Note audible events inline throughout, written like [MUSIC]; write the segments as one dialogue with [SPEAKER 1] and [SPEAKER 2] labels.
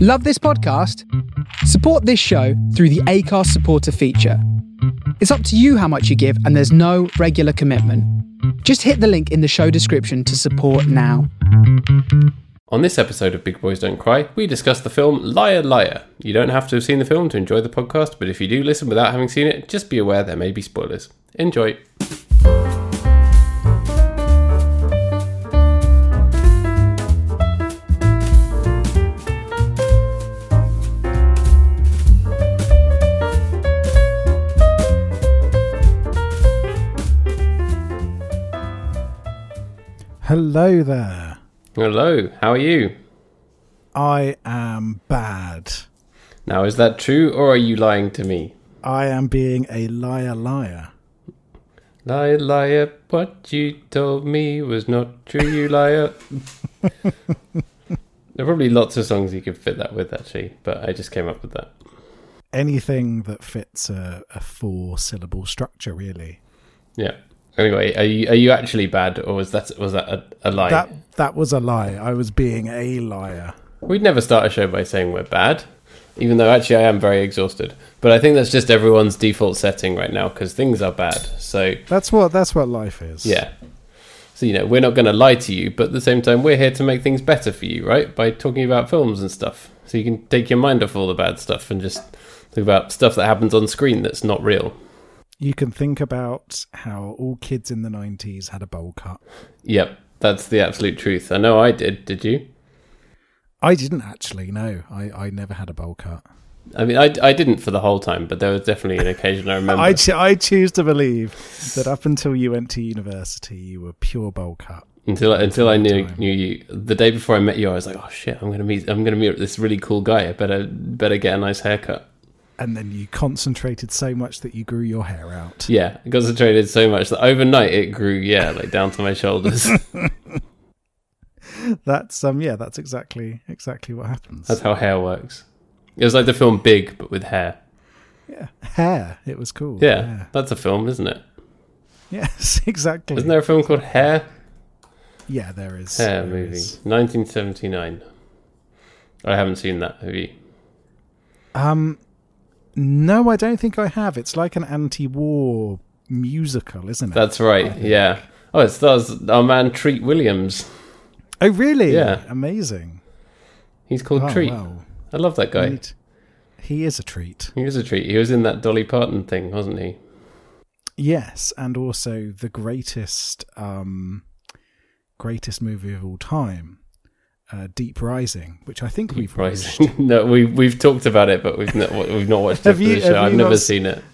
[SPEAKER 1] Love this podcast? Support this show through the ACARS supporter feature. It's up to you how much you give, and there's no regular commitment. Just hit the link in the show description to support now.
[SPEAKER 2] On this episode of Big Boys Don't Cry, we discuss the film Liar Liar. You don't have to have seen the film to enjoy the podcast, but if you do listen without having seen it, just be aware there may be spoilers. Enjoy.
[SPEAKER 3] Hello there.
[SPEAKER 2] Hello, how are you?
[SPEAKER 3] I am bad.
[SPEAKER 2] Now, is that true or are you lying to me?
[SPEAKER 3] I am being a liar liar.
[SPEAKER 2] Liar, liar, what you told me was not true, you liar. there are probably lots of songs you could fit that with, actually, but I just came up with that.
[SPEAKER 3] Anything that fits a, a four syllable structure, really.
[SPEAKER 2] Yeah. Anyway, are you, are you actually bad or was that, was that a, a lie?
[SPEAKER 3] That that was a lie. I was being a liar.
[SPEAKER 2] We'd never start a show by saying we're bad, even though actually I am very exhausted. But I think that's just everyone's default setting right now because things are bad. So,
[SPEAKER 3] That's what that's what life is.
[SPEAKER 2] yeah. So, you know, we're not going to lie to you, but at the same time, we're here to make things better for you, right? By talking about films and stuff. So you can take your mind off all the bad stuff and just think about stuff that happens on screen that's not real.
[SPEAKER 3] You can think about how all kids in the nineties had a bowl cut.
[SPEAKER 2] Yep, that's the absolute truth. I know I did, did you?
[SPEAKER 3] I didn't actually, no. I, I never had a bowl cut.
[SPEAKER 2] I mean, I, I didn't for the whole time, but there was definitely an occasion I remember.
[SPEAKER 3] I, cho- I choose to believe that up until you went to university you were pure bowl cut.
[SPEAKER 2] until until I knew knew you. The day before I met you, I was like, "Oh shit, I'm gonna meet I'm gonna meet this really cool guy. I better better get a nice haircut."
[SPEAKER 3] And then you concentrated so much that you grew your hair out.
[SPEAKER 2] Yeah, I concentrated so much that overnight it grew. Yeah, like down to my
[SPEAKER 3] [LAUGHS]
[SPEAKER 2] shoulders.
[SPEAKER 3] That's um yeah, that's exactly exactly what happens.
[SPEAKER 2] That's how hair works. It was like the film Big, but with hair.
[SPEAKER 3] yeah. Hair. It was cool.
[SPEAKER 2] Yeah, that's a film, isn't it?
[SPEAKER 3] Yes, [LAUGHS] exactly.
[SPEAKER 2] Isn't there a film called Hair?
[SPEAKER 3] yeah, there is.
[SPEAKER 2] Hair
[SPEAKER 3] there
[SPEAKER 2] movie,
[SPEAKER 3] is.
[SPEAKER 2] 1979. I haven't seen that. Have you?
[SPEAKER 3] Um no, I don't think I have. It's like an anti-war musical, isn't it?
[SPEAKER 2] That's right. Yeah. Oh, it stars our man Treat Williams.
[SPEAKER 3] oh really?
[SPEAKER 2] Yeah.
[SPEAKER 3] Amazing.
[SPEAKER 2] He's called
[SPEAKER 3] Oh,
[SPEAKER 2] Treat.
[SPEAKER 3] wow. Mm.
[SPEAKER 2] I love that guy.
[SPEAKER 3] Neat. He is a treat.
[SPEAKER 2] He was a treat. He was in that Dolly Parton thing, wasn't he?
[SPEAKER 3] Yes, and also the greatest um greatest movie of all time. Uh, Deep Rising, which I think we've watched.
[SPEAKER 2] Right. [LAUGHS] no, we we've talked about it, but we've not we've not watched it
[SPEAKER 3] Have
[SPEAKER 2] for the
[SPEAKER 3] you- have
[SPEAKER 2] show. I've
[SPEAKER 3] you
[SPEAKER 2] never
[SPEAKER 3] not
[SPEAKER 2] seen it.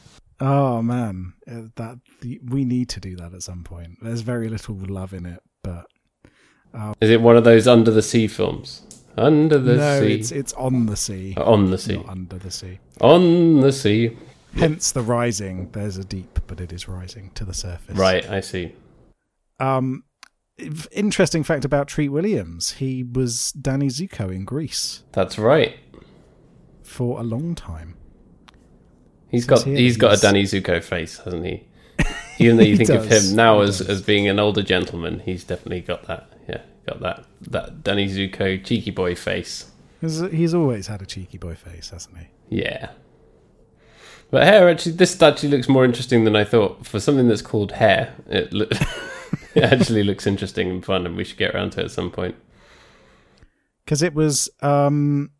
[SPEAKER 3] Oh man, Uh, that we need to do that at some point. There's very little love in it, but
[SPEAKER 2] Is it one of those under the sea films? Under the
[SPEAKER 3] no,
[SPEAKER 2] sea, Uh, Oh.
[SPEAKER 3] it's it's on the sea,
[SPEAKER 2] on the sea,
[SPEAKER 3] not under the sea.
[SPEAKER 2] on the sea.
[SPEAKER 3] Hence the rising. There's a deep, but it is rising to the surface.
[SPEAKER 2] Right, I see.
[SPEAKER 3] Um, if- interesting fact about Treat Williams. He was Danny Zuko in Greece
[SPEAKER 2] That's right.
[SPEAKER 3] for a long time.
[SPEAKER 2] He's
[SPEAKER 3] Says
[SPEAKER 2] got
[SPEAKER 3] here
[SPEAKER 2] he's got a
[SPEAKER 3] he's-
[SPEAKER 2] Danny Zuko face, hasn't he? Even though you
[SPEAKER 3] [LAUGHS] He
[SPEAKER 2] think of
[SPEAKER 3] does.
[SPEAKER 2] him now
[SPEAKER 3] He
[SPEAKER 2] as, as being an older gentleman, he's definitely got that. Yeah, got that that Danny Zuko cheeky boy face.
[SPEAKER 3] He's, he's always had a cheeky boy face, hasn't he?
[SPEAKER 2] Yeah. But hair actually, this actually looks more interesting than I thought. For something that's called hair, it, lo- [LAUGHS] it actually looks interesting and fun, and we should get around to it at some point.
[SPEAKER 3] Because it was, um,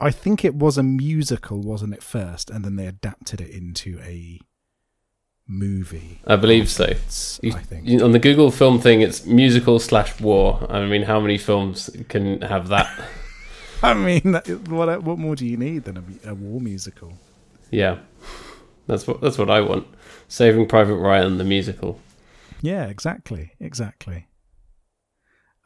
[SPEAKER 3] I think it was a musical, wasn't it first, and then they adapted it into a movie.
[SPEAKER 2] I believe so.
[SPEAKER 3] It's-
[SPEAKER 2] You-
[SPEAKER 3] I think.
[SPEAKER 2] you- on the Google film thing, it's musical slash war. I mean, how many films can have that?
[SPEAKER 3] [LAUGHS] I mean, that- what what more do you need than a, mu- a war musical?
[SPEAKER 2] yeah, that's what that's what I want. Saving Private Ryan, the musical.
[SPEAKER 3] Yeah, exactly, exactly.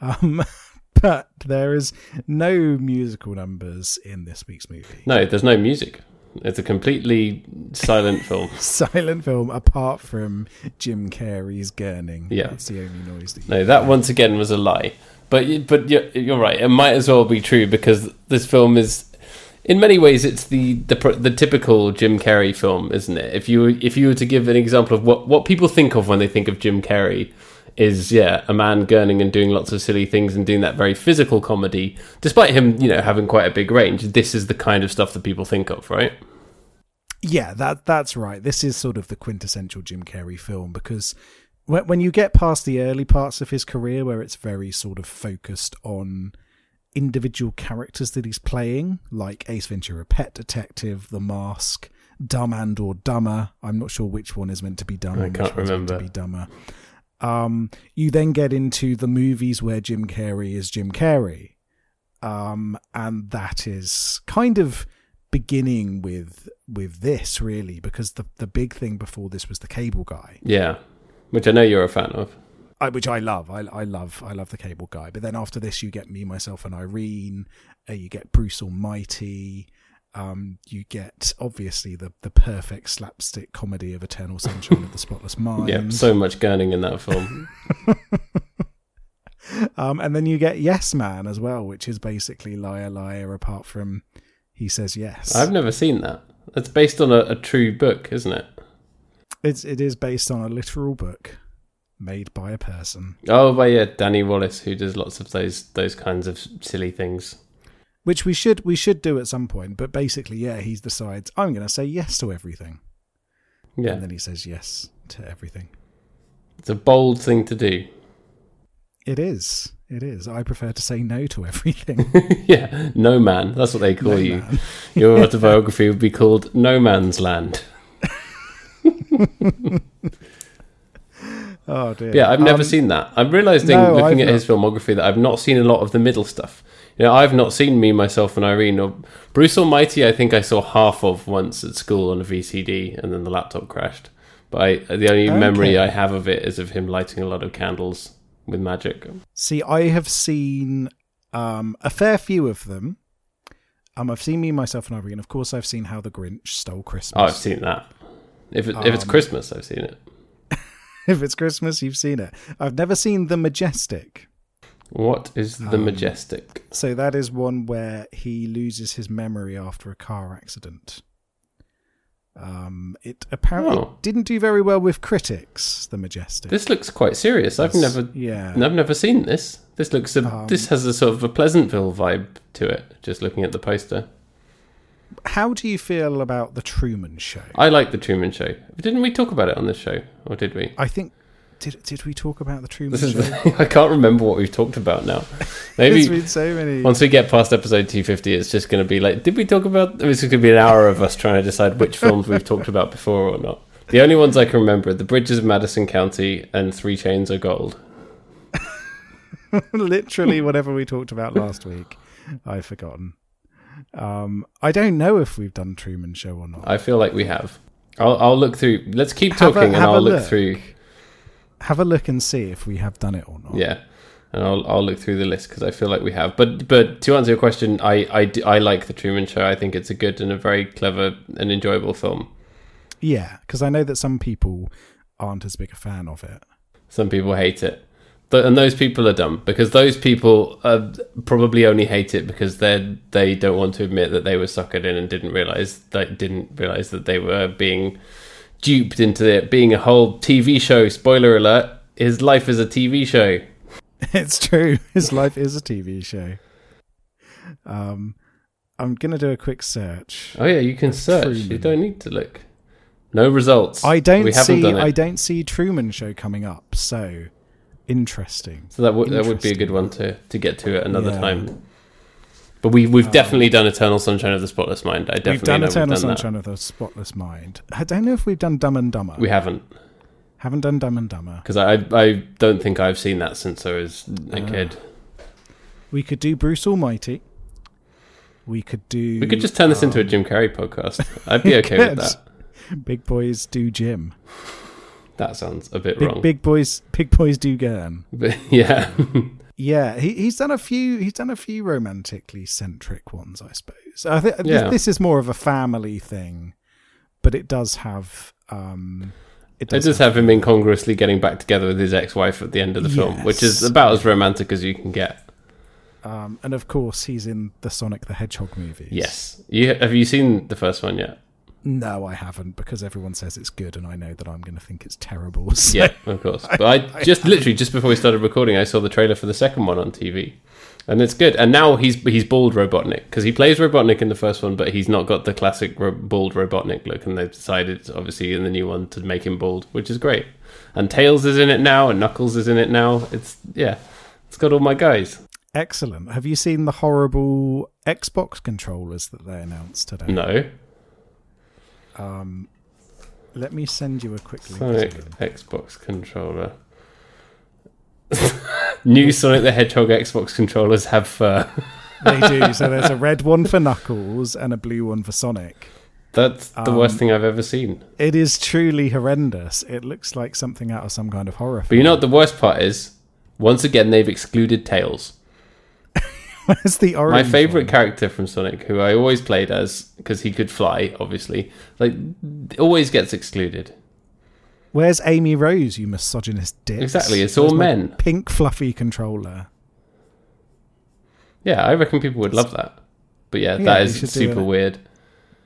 [SPEAKER 3] Um, [LAUGHS] but there is no musical numbers in this week's movie.
[SPEAKER 2] No, there's no music. It's a completely silent film.
[SPEAKER 3] [LAUGHS] Silent film, apart from Jim Carrey's gurning.
[SPEAKER 2] Yeah.
[SPEAKER 3] that's the only noise that. You-
[SPEAKER 2] No, that once again was a lie. But you- but you're, you're right. It might as well be true because this film is, in many ways, it's the the pr- the typical Jim Carrey film, isn't it? If you if you were to give an example of what what people think of when they think of Jim Carrey, is yeah a man gurning and doing lots of silly things and doing that very physical comedy despite him you know having quite a big range this is the kind of stuff that people think of right
[SPEAKER 3] Yeah, that that's right. This is sort of the quintessential Jim Carrey film because when, when you get past the early parts of his career, where it's very sort of focused on individual characters that he's playing, like Ace Ventura: Pet Detective, The Mask, Dumb and or Dumber. I'm not sure which one is meant to be dumb.
[SPEAKER 2] I
[SPEAKER 3] and
[SPEAKER 2] can't
[SPEAKER 3] which one's meant to
[SPEAKER 2] remember.
[SPEAKER 3] be dumber. Um, you then get into the movies where Jim Carrey is Jim Carrey, um, and that is kind of beginning with with this really because the the big thing before this was the cable guy
[SPEAKER 2] yeah which i know you're a fan of
[SPEAKER 3] I, which i love I, I love i love the cable guy but then after this you get me myself and irene uh, you get bruce almighty um, you get obviously the the perfect slapstick comedy of eternal sunshine of the spotless mind
[SPEAKER 2] yeah so much gurning in that film
[SPEAKER 3] Um, and then you get Yes Man as well, which is basically Liar Liar, apart from he says yes.
[SPEAKER 2] i've never seen that it's based on a, a true book isn't it
[SPEAKER 3] It's, it is based on a literal book made by a person,
[SPEAKER 2] oh but yeah danny wallace who does lots of those those kinds of silly things
[SPEAKER 3] which we should we should do at some point. But basically, yeah, he decides I'm going to say yes to everything,
[SPEAKER 2] yeah
[SPEAKER 3] and then he says yes to everything.
[SPEAKER 2] it's a bold thing to do [LAUGHS]
[SPEAKER 3] It is. It is. I prefer to say no to
[SPEAKER 2] [LAUGHS]
[SPEAKER 3] everything.
[SPEAKER 2] yeah no man that's what they call
[SPEAKER 3] No
[SPEAKER 2] you
[SPEAKER 3] man. [LAUGHS]
[SPEAKER 2] your autobiography would be called no man's land
[SPEAKER 3] oh dear.
[SPEAKER 2] Yeah, I've never
[SPEAKER 3] Um,
[SPEAKER 2] seen that. I'm realizing
[SPEAKER 3] no,
[SPEAKER 2] looking
[SPEAKER 3] I've
[SPEAKER 2] at his filmography that I've not seen a lot of the middle stuff. You know, I've not seen Me, Myself, and Irene or Bruce Almighty. I think I saw half of once at school on a VCD, and then the laptop crashed. But I, the only
[SPEAKER 3] Okay.
[SPEAKER 2] memory I have of it is of him lighting a lot of candles with magic.
[SPEAKER 3] See, I have seen um, a fair few of them. Um, I've seen me, myself, and Irene. Of course, I've seen How the Grinch Stole Christmas.
[SPEAKER 2] Oh, I've seen that. If it, if it's
[SPEAKER 3] Um,
[SPEAKER 2] Christmas, I've seen it.
[SPEAKER 3] [LAUGHS] if it's Christmas, you've seen it. I've never seen The Majestic.
[SPEAKER 2] What is the
[SPEAKER 3] um,
[SPEAKER 2] majestic?
[SPEAKER 3] So that is one where he loses his memory after a car accident. Um, it apparently
[SPEAKER 2] Oh.
[SPEAKER 3] didn't do very well with critics. The Majestic.
[SPEAKER 2] This looks quite serious. I've never
[SPEAKER 3] yeah.
[SPEAKER 2] I've never seen this. This looks a,
[SPEAKER 3] Um,
[SPEAKER 2] this has a sort of a Pleasantville vibe to it. Just looking at the poster.
[SPEAKER 3] How do you feel about The Truman Show?
[SPEAKER 2] I like the Truman Show. Didn't we talk about it on this show, or did we?
[SPEAKER 3] I think did did we talk about The Truman
[SPEAKER 2] This is
[SPEAKER 3] Show?
[SPEAKER 2] the, I can't remember what we've talked about now.
[SPEAKER 3] There's
[SPEAKER 2] [LAUGHS] Maybe
[SPEAKER 3] been so
[SPEAKER 2] [LAUGHS]
[SPEAKER 3] many.
[SPEAKER 2] once we get past episode 250, it's just going to be like, did we talk about? It's going to be an hour of us trying to decide which films we've talked about before or not. The only ones I can remember: are The Bridges of Madison County and Three Chains of Gold.
[SPEAKER 3] [LAUGHS] literally whatever we talked about last week i've forgotten um i don't know if we've done truman show or not
[SPEAKER 2] I feel like we have. I'll, I'll look through. Let's keep
[SPEAKER 3] Have a-
[SPEAKER 2] talking, and
[SPEAKER 3] have a
[SPEAKER 2] I'll look
[SPEAKER 3] look.
[SPEAKER 2] through.
[SPEAKER 3] have a look and see if we have done it or not
[SPEAKER 2] Yeah, and I'll I'll look through the list because I feel like we have. But but to answer your question, I I, d- I like the Truman Show. I think it's a good and a very clever and enjoyable film.
[SPEAKER 3] yeah because i know that some people aren't as big a fan of it [LAUGHS]
[SPEAKER 2] Some people hate it, Th- and those people are dumb because those people uh, probably only hate it because they they don't want to admit that they were suckered in and didn't realize that didn't realize that they were being duped into it being a whole TV show. Spoiler alert: his life is a TV show.
[SPEAKER 3] it's true his life is a tv show um i'm gonna do a quick search
[SPEAKER 2] Oh yeah, you can search. You
[SPEAKER 3] Truman.
[SPEAKER 2] don't need to look. No results.
[SPEAKER 3] i don't
[SPEAKER 2] We haven't
[SPEAKER 3] see
[SPEAKER 2] done it.
[SPEAKER 3] i don't see truman show coming up so interesting
[SPEAKER 2] So that would that would be a good one to to get to at another
[SPEAKER 3] Yeah. Um,
[SPEAKER 2] time. But we we've definitely done Eternal Sunshine of the Spotless Mind. I definitely
[SPEAKER 3] we've done
[SPEAKER 2] know
[SPEAKER 3] eternal
[SPEAKER 2] we've done
[SPEAKER 3] sunshine of the spotless mind i don't know if we've done dumb and dumber
[SPEAKER 2] That. We haven't
[SPEAKER 3] Haven't done Dumb and Dumber.
[SPEAKER 2] because I I- I don't think I've seen that since I was a
[SPEAKER 3] Uh,
[SPEAKER 2] kid.
[SPEAKER 3] We could do Bruce Almighty. We could do.
[SPEAKER 2] We could just turn this into a Jim Carrey podcast. I'd
[SPEAKER 3] [LAUGHS]
[SPEAKER 2] be okay with
[SPEAKER 3] could.
[SPEAKER 2] that.
[SPEAKER 3] Big Boys Do Jim.
[SPEAKER 2] That sounds a bit
[SPEAKER 3] Big
[SPEAKER 2] wrong.
[SPEAKER 3] Big Boys Big Boys Do Gern.
[SPEAKER 2] But [LAUGHS]
[SPEAKER 3] [LAUGHS]
[SPEAKER 2] yeah,
[SPEAKER 3] Yeah, he, he's done a few. He's done a few romantically centric ones, I suppose. I think
[SPEAKER 2] Yeah.
[SPEAKER 3] this, this is more of a family thing, but it does have. Um, it
[SPEAKER 2] I
[SPEAKER 3] does.
[SPEAKER 2] just have him incongruously getting back together with his ex-wife at the end of the film, which is
[SPEAKER 3] Yes.
[SPEAKER 2] about as romantic as you can get.
[SPEAKER 3] um, and of course, he's in the Sonic the Hedgehog movies.
[SPEAKER 2] Yes. You have you seen the first one yet?
[SPEAKER 3] No, I haven't because everyone says it's good, and I know that I'm going to think it's terrible. [LAUGHS] so-
[SPEAKER 2] Yeah, of course. But I, just literally just before we started recording, I saw the trailer for the second one on TV, and it's good. And now he's he's bald Robotnik because he plays Robotnik in the first one, but he's not got the classic ro- bald Robotnik look. And they've decided, obviously, in the new one to make him bald, which is great. And Tails is in it now, and Knuckles is in it now. It's yeah, it's got all my guys.
[SPEAKER 3] Excellent. Have you seen the horrible Xbox controllers that they announced today?
[SPEAKER 2] No,
[SPEAKER 3] Let me send you a quick link.
[SPEAKER 2] Sonic
[SPEAKER 3] to them.
[SPEAKER 2] Xbox controller. [LAUGHS] new Sonic the Hedgehog Xbox controllers have fur.
[SPEAKER 3] They do. So there's a red one for Knuckles and a blue one for Sonic.
[SPEAKER 2] That's the
[SPEAKER 3] Um,
[SPEAKER 2] worst thing I've ever seen.
[SPEAKER 3] It is truly horrendous. It looks like something out of some kind of horror
[SPEAKER 2] But
[SPEAKER 3] film.
[SPEAKER 2] you know what the worst part is? Once again, they've excluded Tails.
[SPEAKER 3] [LAUGHS] Where's the orange?
[SPEAKER 2] My favourite
[SPEAKER 3] one?
[SPEAKER 2] character from Sonic, who I always played as, because he could fly, obviously, like, always gets excluded.
[SPEAKER 3] Where's Amy Rose? You misogynist dick.
[SPEAKER 2] Exactly, it's all men.
[SPEAKER 3] Pink fluffy controller.
[SPEAKER 2] Yeah, I reckon people would love that. But yeah,
[SPEAKER 3] Yeah,
[SPEAKER 2] that
[SPEAKER 3] you
[SPEAKER 2] is
[SPEAKER 3] should do
[SPEAKER 2] super
[SPEAKER 3] it.
[SPEAKER 2] weird.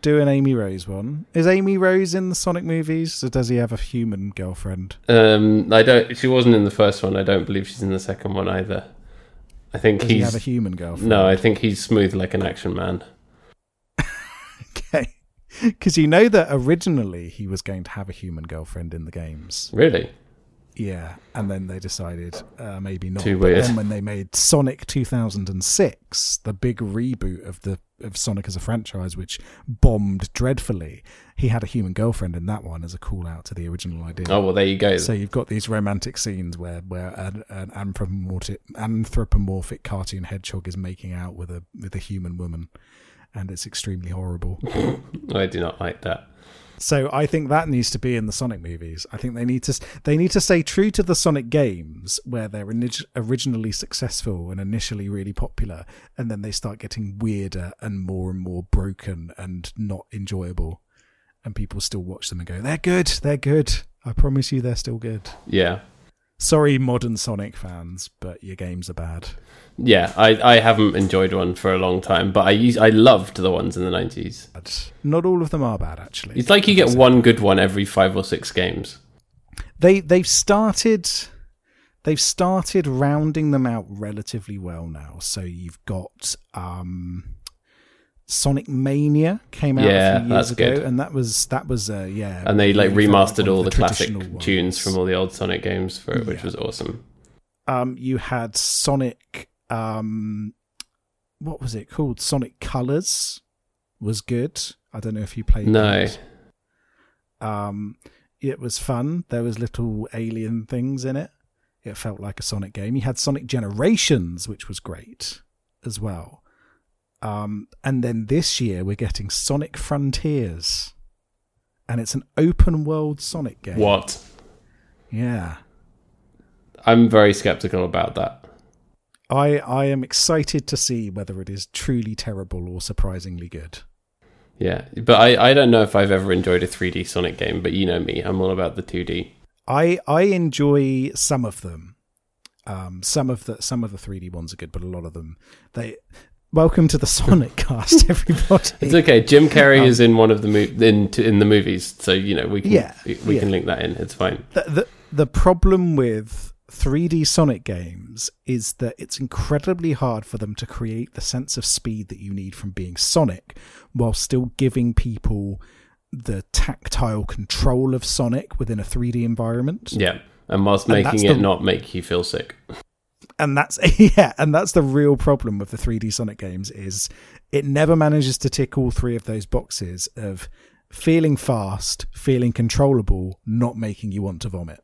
[SPEAKER 3] Do an Amy Rose one. Is Amy Rose in the Sonic movies? Or does he have a human girlfriend?
[SPEAKER 2] Um, I don't. She wasn't in the first one. I don't believe she's in the second one either. I think
[SPEAKER 3] Does he have a
[SPEAKER 2] he's
[SPEAKER 3] human girlfriend?
[SPEAKER 2] no. I think he's smooth like an action man.
[SPEAKER 3] [LAUGHS] Okay. Because you know that originally he was going to have a human girlfriend in the games.
[SPEAKER 2] Really?
[SPEAKER 3] Yeah. And then they decided uh, maybe not.
[SPEAKER 2] Too
[SPEAKER 3] But
[SPEAKER 2] weird.
[SPEAKER 3] Then when they made Sonic 2006, the big reboot of the of Sonic as a franchise, which bombed dreadfully, he had a human girlfriend in that one as a call out to the original idea.
[SPEAKER 2] Oh well, there you go.
[SPEAKER 3] So you've got these romantic scenes where where an, an anthropomorphic, anthropomorphic cartoon hedgehog is making out with a with a human woman, and it's extremely horrible.
[SPEAKER 2] I do not like that.
[SPEAKER 3] So I think that needs to be in the Sonic movies. I think they need to they need to stay true to the Sonic games where they're init- originally successful and initially really popular and then they start getting weirder and more and more broken and not enjoyable and people still watch them and go they're good, they're good. I promise you they're still good.
[SPEAKER 2] Yeah,
[SPEAKER 3] Sorry modern Sonic fans, but your games are bad.
[SPEAKER 2] yeah. I, I haven't enjoyed one for a long time, but I used, I loved the ones in the nineties.
[SPEAKER 3] But not all of them are bad actually.
[SPEAKER 2] It's like you get one good one every five or six games.
[SPEAKER 3] they they've started they've started rounding them out relatively well now so you've got um sonic mania came out
[SPEAKER 2] Yeah,
[SPEAKER 3] a few years
[SPEAKER 2] that's
[SPEAKER 3] ago
[SPEAKER 2] good.
[SPEAKER 3] and that was that was uh yeah
[SPEAKER 2] And they like
[SPEAKER 3] really felt
[SPEAKER 2] remastered
[SPEAKER 3] one of
[SPEAKER 2] all the, classic
[SPEAKER 3] traditional
[SPEAKER 2] tunes
[SPEAKER 3] ones.
[SPEAKER 2] from all the old Sonic games for it, which
[SPEAKER 3] Yeah.
[SPEAKER 2] was awesome.
[SPEAKER 3] um you had sonic um what was it called sonic colors was good i don't know if you played
[SPEAKER 2] No,
[SPEAKER 3] that. Um, it was fun. There was little alien things in it. It felt like a Sonic game. You had Sonic Generations, which was great as well. Um, and then this year we're getting Sonic Frontiers, and it's an open world Sonic game.
[SPEAKER 2] what?
[SPEAKER 3] Yeah,
[SPEAKER 2] I'm very skeptical about that.
[SPEAKER 3] I I am excited to see whether it is truly terrible or surprisingly good.
[SPEAKER 2] Yeah, but I, I don't know if I've ever enjoyed a 3D Sonic game, but you know me, I'm all about the 2D.
[SPEAKER 3] I I enjoy some of them. Um, some of the some of the 3D ones are good, but a lot of them they. Welcome to the [LAUGHS] Sonic Cast, everybody.
[SPEAKER 2] It's okay.
[SPEAKER 3] [LAUGHS]
[SPEAKER 2] Jim
[SPEAKER 3] Um,
[SPEAKER 2] Carrey is in one of the mo- in t- in the movies, so you know we can
[SPEAKER 3] Yeah,
[SPEAKER 2] we
[SPEAKER 3] yeah.
[SPEAKER 2] can link that in. It's fine.
[SPEAKER 3] the, the the problem with 3D Sonic games is that it's incredibly hard for them to create the sense of speed that you need from being Sonic while still giving people the tactile control of Sonic within a 3D environment.
[SPEAKER 2] Yeah, and whilst
[SPEAKER 3] And
[SPEAKER 2] making
[SPEAKER 3] that's
[SPEAKER 2] it
[SPEAKER 3] the-
[SPEAKER 2] not make you feel sick.
[SPEAKER 3] and that's [LAUGHS] yeah and that's the real problem with the 3d sonic games is it never manages to tick all three of those boxes of feeling fast feeling controllable not making you want to vomit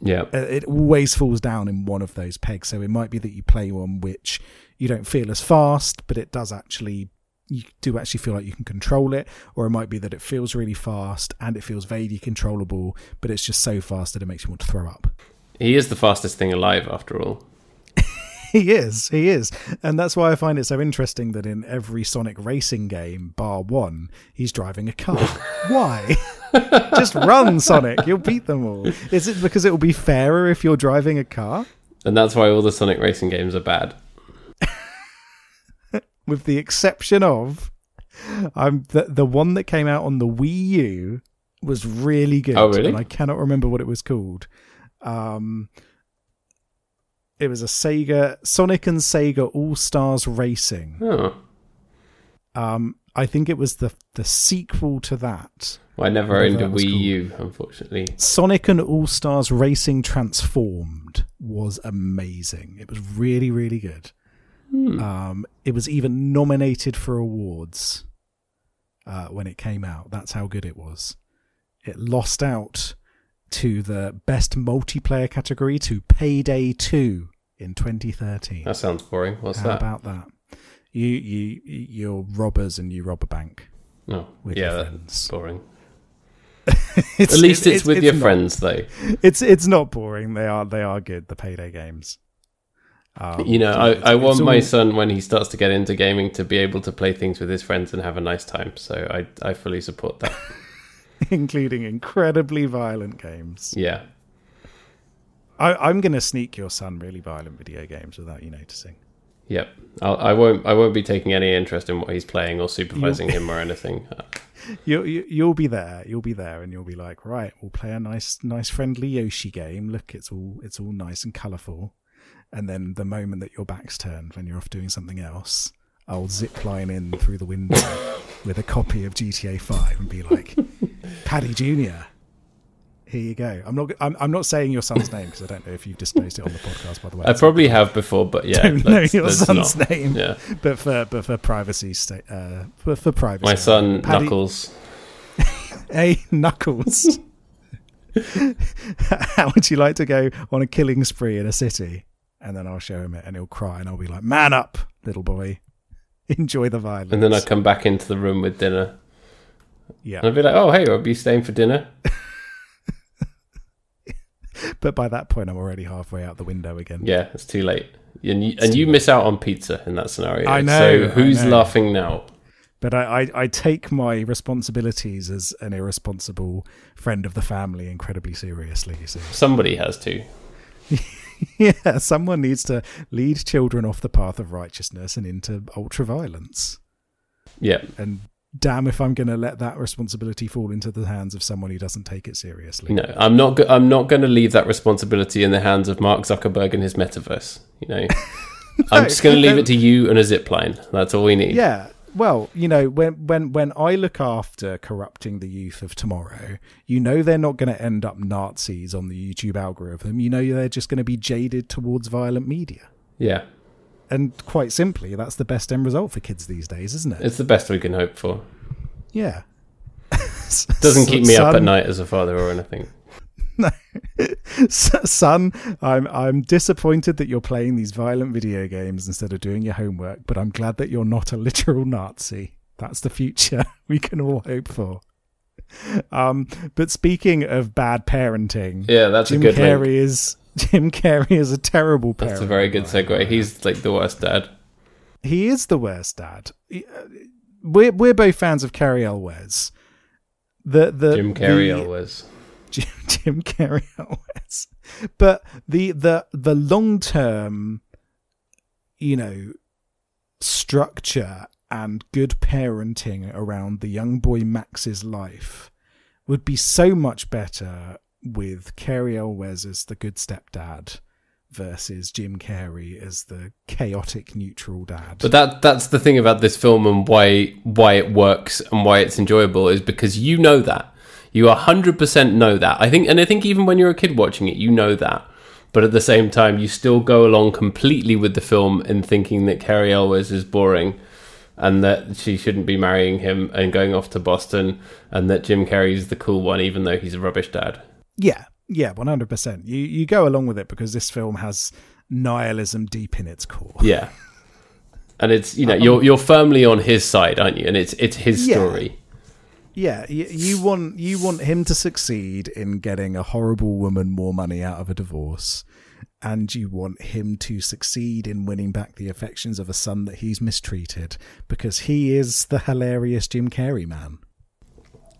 [SPEAKER 2] Yeah,
[SPEAKER 3] Uh, it always falls down in one of those pegs so it might be that you play one which you don't feel as fast but it does actually you do actually feel like you can control it or it might be that it feels really fast and it feels vaguely controllable but it's just so fast that it makes you want to throw up
[SPEAKER 2] he is the fastest thing alive after all.
[SPEAKER 3] [LAUGHS] He is, he is. And that's why I find it so interesting that in every Sonic racing game, bar one, he's driving a
[SPEAKER 2] [LAUGHS]
[SPEAKER 3] car. why? Just run, Sonic. You'll beat them all. Is it because it will be fairer if you're driving a car?
[SPEAKER 2] And that's why all the Sonic racing games are bad.
[SPEAKER 3] With the exception of I'm the, the one that came out on the Wii U was really good.
[SPEAKER 2] Oh, really?
[SPEAKER 3] And I cannot remember what it was called. Um, it was a Sega Sonic and Sega All Stars Racing.
[SPEAKER 2] Oh,
[SPEAKER 3] Um, I think it was the the sequel to that.
[SPEAKER 2] well, I never
[SPEAKER 3] Whatever
[SPEAKER 2] owned a
[SPEAKER 3] that was
[SPEAKER 2] Wii
[SPEAKER 3] called.
[SPEAKER 2] U, unfortunately.
[SPEAKER 3] Sonic and All Stars Racing Transformed was amazing. It was really, really good.
[SPEAKER 2] Hmm.
[SPEAKER 3] Um, it was even nominated for awards uh, when it came out. That's how good it was. It lost out to the best multiplayer category to Payday 2 in 2013.
[SPEAKER 2] That sounds boring. What's
[SPEAKER 3] how
[SPEAKER 2] that?
[SPEAKER 3] about that? You, you, you're robbers and you rob a bank. [LAUGHS]
[SPEAKER 2] oh,
[SPEAKER 3] with
[SPEAKER 2] yeah,
[SPEAKER 3] your
[SPEAKER 2] that's
[SPEAKER 3] friends?
[SPEAKER 2] boring. At least it's, with your
[SPEAKER 3] not-
[SPEAKER 2] friends, though.
[SPEAKER 3] It's it's not boring. They are they are good. The payday games. [LAUGHS] Um,
[SPEAKER 2] You know, I,
[SPEAKER 3] it's-
[SPEAKER 2] I
[SPEAKER 3] it's
[SPEAKER 2] want my
[SPEAKER 3] all-
[SPEAKER 2] son when he starts to get into gaming to be able to play things with his friends and have a nice time. So I I fully support
[SPEAKER 3] [LAUGHS]
[SPEAKER 2] that.
[SPEAKER 3] including incredibly violent games.
[SPEAKER 2] yeah.
[SPEAKER 3] I, I'm going to sneak your son really violent video games without you noticing.
[SPEAKER 2] Yep. I'll, I won't I won't be taking any interest in what he's playing or supervising him or
[SPEAKER 3] [LAUGHS]
[SPEAKER 2] anything.
[SPEAKER 3] You, you you'll be there. You'll be there, and you'll be like, right, we'll play a nice nice friendly Yoshi game. Look, it's all it's all nice and colourful. And then the moment that your back's turned when you're off doing something else, I'll zip line in through the window
[SPEAKER 2] [LAUGHS]
[SPEAKER 3] with a copy of GTA Five and be like, Paddy Junior. Here you go. I'm not. I'm, I'm not saying your son's name because I don't know if you've disclosed it on the podcast. By the way,
[SPEAKER 2] I probably have before, but yeah.
[SPEAKER 3] don't know
[SPEAKER 2] let's-
[SPEAKER 3] your
[SPEAKER 2] let's
[SPEAKER 3] son's
[SPEAKER 2] not.
[SPEAKER 3] name.
[SPEAKER 2] Yeah.
[SPEAKER 3] but for but for privacy, sta- uh, for, for privacy.
[SPEAKER 2] My son
[SPEAKER 3] Paddy-
[SPEAKER 2] Knuckles.
[SPEAKER 3] Hey,
[SPEAKER 2] [LAUGHS]
[SPEAKER 3] Knuckles. How would you like to go on a killing spree in a city? And then I'll show him it and he'll cry and I'll be like, man up, little boy. [LAUGHS] Enjoy the violence.
[SPEAKER 2] And then I come back into the room with dinner. And
[SPEAKER 3] yeah.
[SPEAKER 2] I'd be like, oh, hey, I'll be staying for dinner.
[SPEAKER 3] But by that point, I'm already halfway out the window again.
[SPEAKER 2] Yeah, it's too late. And you, and you miss out on pizza in that scenario.
[SPEAKER 3] I
[SPEAKER 2] So
[SPEAKER 3] know,
[SPEAKER 2] who's
[SPEAKER 3] I know.
[SPEAKER 2] laughing now?
[SPEAKER 3] But I, I, I take my responsibilities as an irresponsible friend of the family incredibly seriously. So
[SPEAKER 2] Somebody has to.
[SPEAKER 3] [LAUGHS] yeah, someone needs to lead children off the path of righteousness and into ultra violence.
[SPEAKER 2] Yeah.
[SPEAKER 3] and damn if I'm going to let that responsibility fall into the hands of someone who doesn't take it seriously.
[SPEAKER 2] No, I'm not. Go- I'm not going to leave that responsibility in the hands of Mark Zuckerberg and his metaverse. You
[SPEAKER 3] [LAUGHS]
[SPEAKER 2] know, I'm just going to leave
[SPEAKER 3] no.
[SPEAKER 2] it to you and a zip line. That's all we need.
[SPEAKER 3] Yeah. Well, you know, when when when I look after corrupting the youth of tomorrow, you know they're not going to end up Nazis on the YouTube algorithm. You know they're just going to be jaded towards violent media.
[SPEAKER 2] Yeah.
[SPEAKER 3] And quite simply, that's the best end result for kids these days, isn't it?
[SPEAKER 2] it's the best we can hope for.
[SPEAKER 3] Yeah. [LAUGHS]
[SPEAKER 2] Doesn't keep me up at
[SPEAKER 3] Son-
[SPEAKER 2] night as a father or anything.
[SPEAKER 3] S- [LAUGHS] son i'm i'm disappointed that you're playing these violent video games instead of doing your homework but i'm glad that you're not a literal nazi that's the future [LAUGHS] we can all hope for um but speaking of bad parenting
[SPEAKER 2] Yeah, that's
[SPEAKER 3] jim
[SPEAKER 2] a good.
[SPEAKER 3] carrey
[SPEAKER 2] link.
[SPEAKER 3] is [LAUGHS] jim carrey is a terrible parent
[SPEAKER 2] That's a very good segue. He's like the worst dad.
[SPEAKER 3] he is the worst dad He- uh, we're we're both fans of carrie elwes the the
[SPEAKER 2] Jim Carrey
[SPEAKER 3] the-
[SPEAKER 2] always.
[SPEAKER 3] Jim, Jim Carrey [LAUGHS] always. But the the the long term, you know, structure and good parenting around the young boy Max's life would be so much better with Carrie Elwes as the good stepdad versus Jim Carrey as the chaotic neutral dad.
[SPEAKER 2] But that that's the thing about this film and why why it works and why it's enjoyable is because you know that. You 100% know that. I think and I think even when you're a kid watching it, you know that. But at the same time, you still go along completely with the film in thinking that Carrie Elwes is boring and that she shouldn't be marrying him and going off to Boston and that Jim Carrey is the cool one even though he's a rubbish dad.
[SPEAKER 3] Yeah, yeah, one hundred percent. You you go along with it because this film has nihilism deep in its core.
[SPEAKER 2] Yeah. And it's, you know, you're you're firmly on his side, aren't you? And it's it's his
[SPEAKER 3] Uh, Yeah.
[SPEAKER 2] story.
[SPEAKER 3] Yeah, you, you want you want him to succeed in getting a horrible woman more money out of a divorce, and you want him to succeed in winning back the affections of a son that he's mistreated because he is the hilarious Jim Carrey man. [LAUGHS]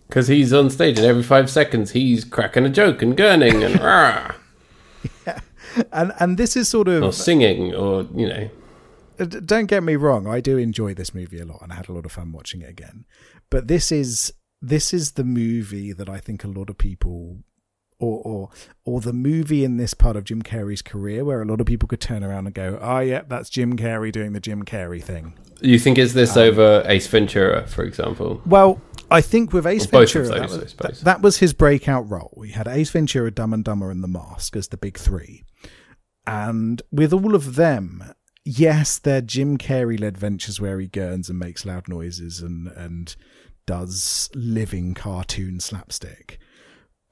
[SPEAKER 2] Because he's on stage and every five seconds he's cracking a joke and gurning
[SPEAKER 3] [LAUGHS]
[SPEAKER 2] and rah,
[SPEAKER 3] And and this is sort of
[SPEAKER 2] or singing or, you know.
[SPEAKER 3] Uh, d- don't get me wrong, I do enjoy this movie a lot, and I had a lot of fun watching it again. But this is this is the movie that I think a lot of people, or or or the movie in this part of Jim Carrey's career where a lot of people could turn around and go, "Ah, yeah, that's Jim Carrey doing the Jim Carrey thing."
[SPEAKER 2] You think it's this over Ace Ventura, for example?
[SPEAKER 3] Well, I think with Ace
[SPEAKER 2] Or both
[SPEAKER 3] Ventura,
[SPEAKER 2] of
[SPEAKER 3] that
[SPEAKER 2] those, I
[SPEAKER 3] was,
[SPEAKER 2] suppose.
[SPEAKER 3] that was his breakout role. We had Ace Ventura, Dumb and Dumber, and The Mask as the big three. And with all of them, yes, they're Jim Carrey led ventures where he gurns and makes loud noises and, and does living cartoon slapstick.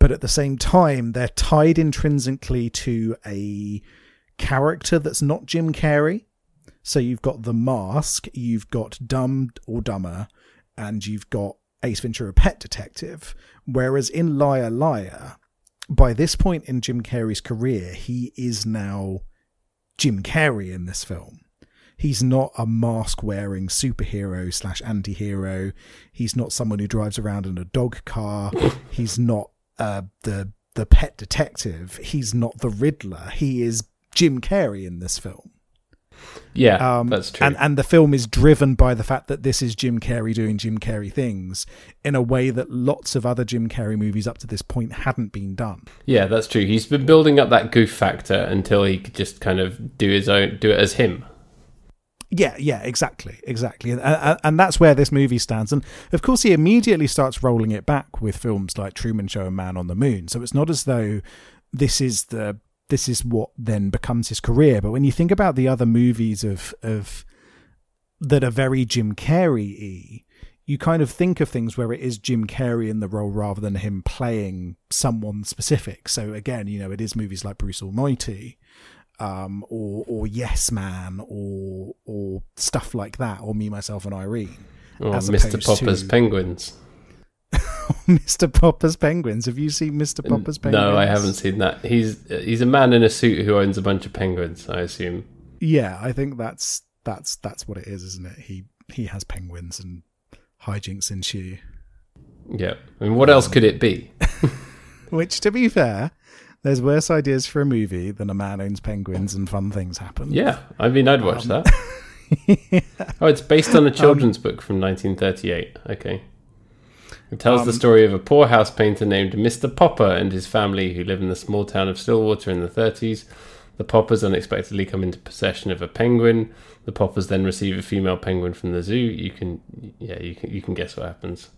[SPEAKER 3] But at the same time, they're tied intrinsically to a character that's not Jim Carrey. So you've got The Mask, you've got Dumb or Dumber, and you've got Ace Ventura Pet Detective. Whereas in Liar Liar, by this point in Jim Carrey's career, he is now Jim Carrey in this film. He's not a mask wearing superhero slash anti hero. He's not someone who drives around in a dog car. He's not uh, the the pet detective. He's not the Riddler. He is Jim Carrey in this film.
[SPEAKER 2] Yeah, that's true.
[SPEAKER 3] Um, And, and the film is driven by the fact that this is Jim Carrey doing Jim Carrey things in a way that lots of other Jim Carrey movies up to this point hadn't been done.
[SPEAKER 2] yeah, that's true. He's been building up that goof factor until he could just kind of do his own, do it as him.
[SPEAKER 3] Yeah, yeah, exactly, exactly, and, and and that's where this movie stands. And of course, he immediately starts rolling it back with films like Truman Show and Man on the Moon. So it's not as though this is the this is what then becomes his career. But when you think about the other movies of of that are very Jim Carrey y, you kind of think of things where it is Jim Carrey in the role rather than him playing someone specific. So again, you know, it is movies like Bruce Almighty, um, or or Yes Man, or or stuff like that, or Me, Myself and Irene. [LAUGHS]
[SPEAKER 2] Or
[SPEAKER 3] As
[SPEAKER 2] Mr.
[SPEAKER 3] opposed
[SPEAKER 2] Popper's
[SPEAKER 3] to-
[SPEAKER 2] Penguins.
[SPEAKER 3] Mr. Popper's Penguins. Have you seen Mr. Popper's Penguins?
[SPEAKER 2] No, I haven't seen that. He's he's a man in a suit who owns a bunch of penguins. I assume.
[SPEAKER 3] Yeah, I think that's that's that's what it is, isn't it? He he has penguins and hijinks and shoe.
[SPEAKER 2] Yeah. I mean, what else could it be?
[SPEAKER 3] Which, to be fair, there's worse ideas for a movie than a man owns penguins and fun things happen.
[SPEAKER 2] Yeah. I mean, I'd watch that. Oh, it's based on a children's book from 1938. Okay. It tells the story of a poorhouse painter named Mr. Popper and his family who live in the small town of Stillwater in the 30s. The Poppers unexpectedly come into possession of a penguin. The Poppers then receive a female penguin from the zoo. You can, yeah, you can, you can guess what happens.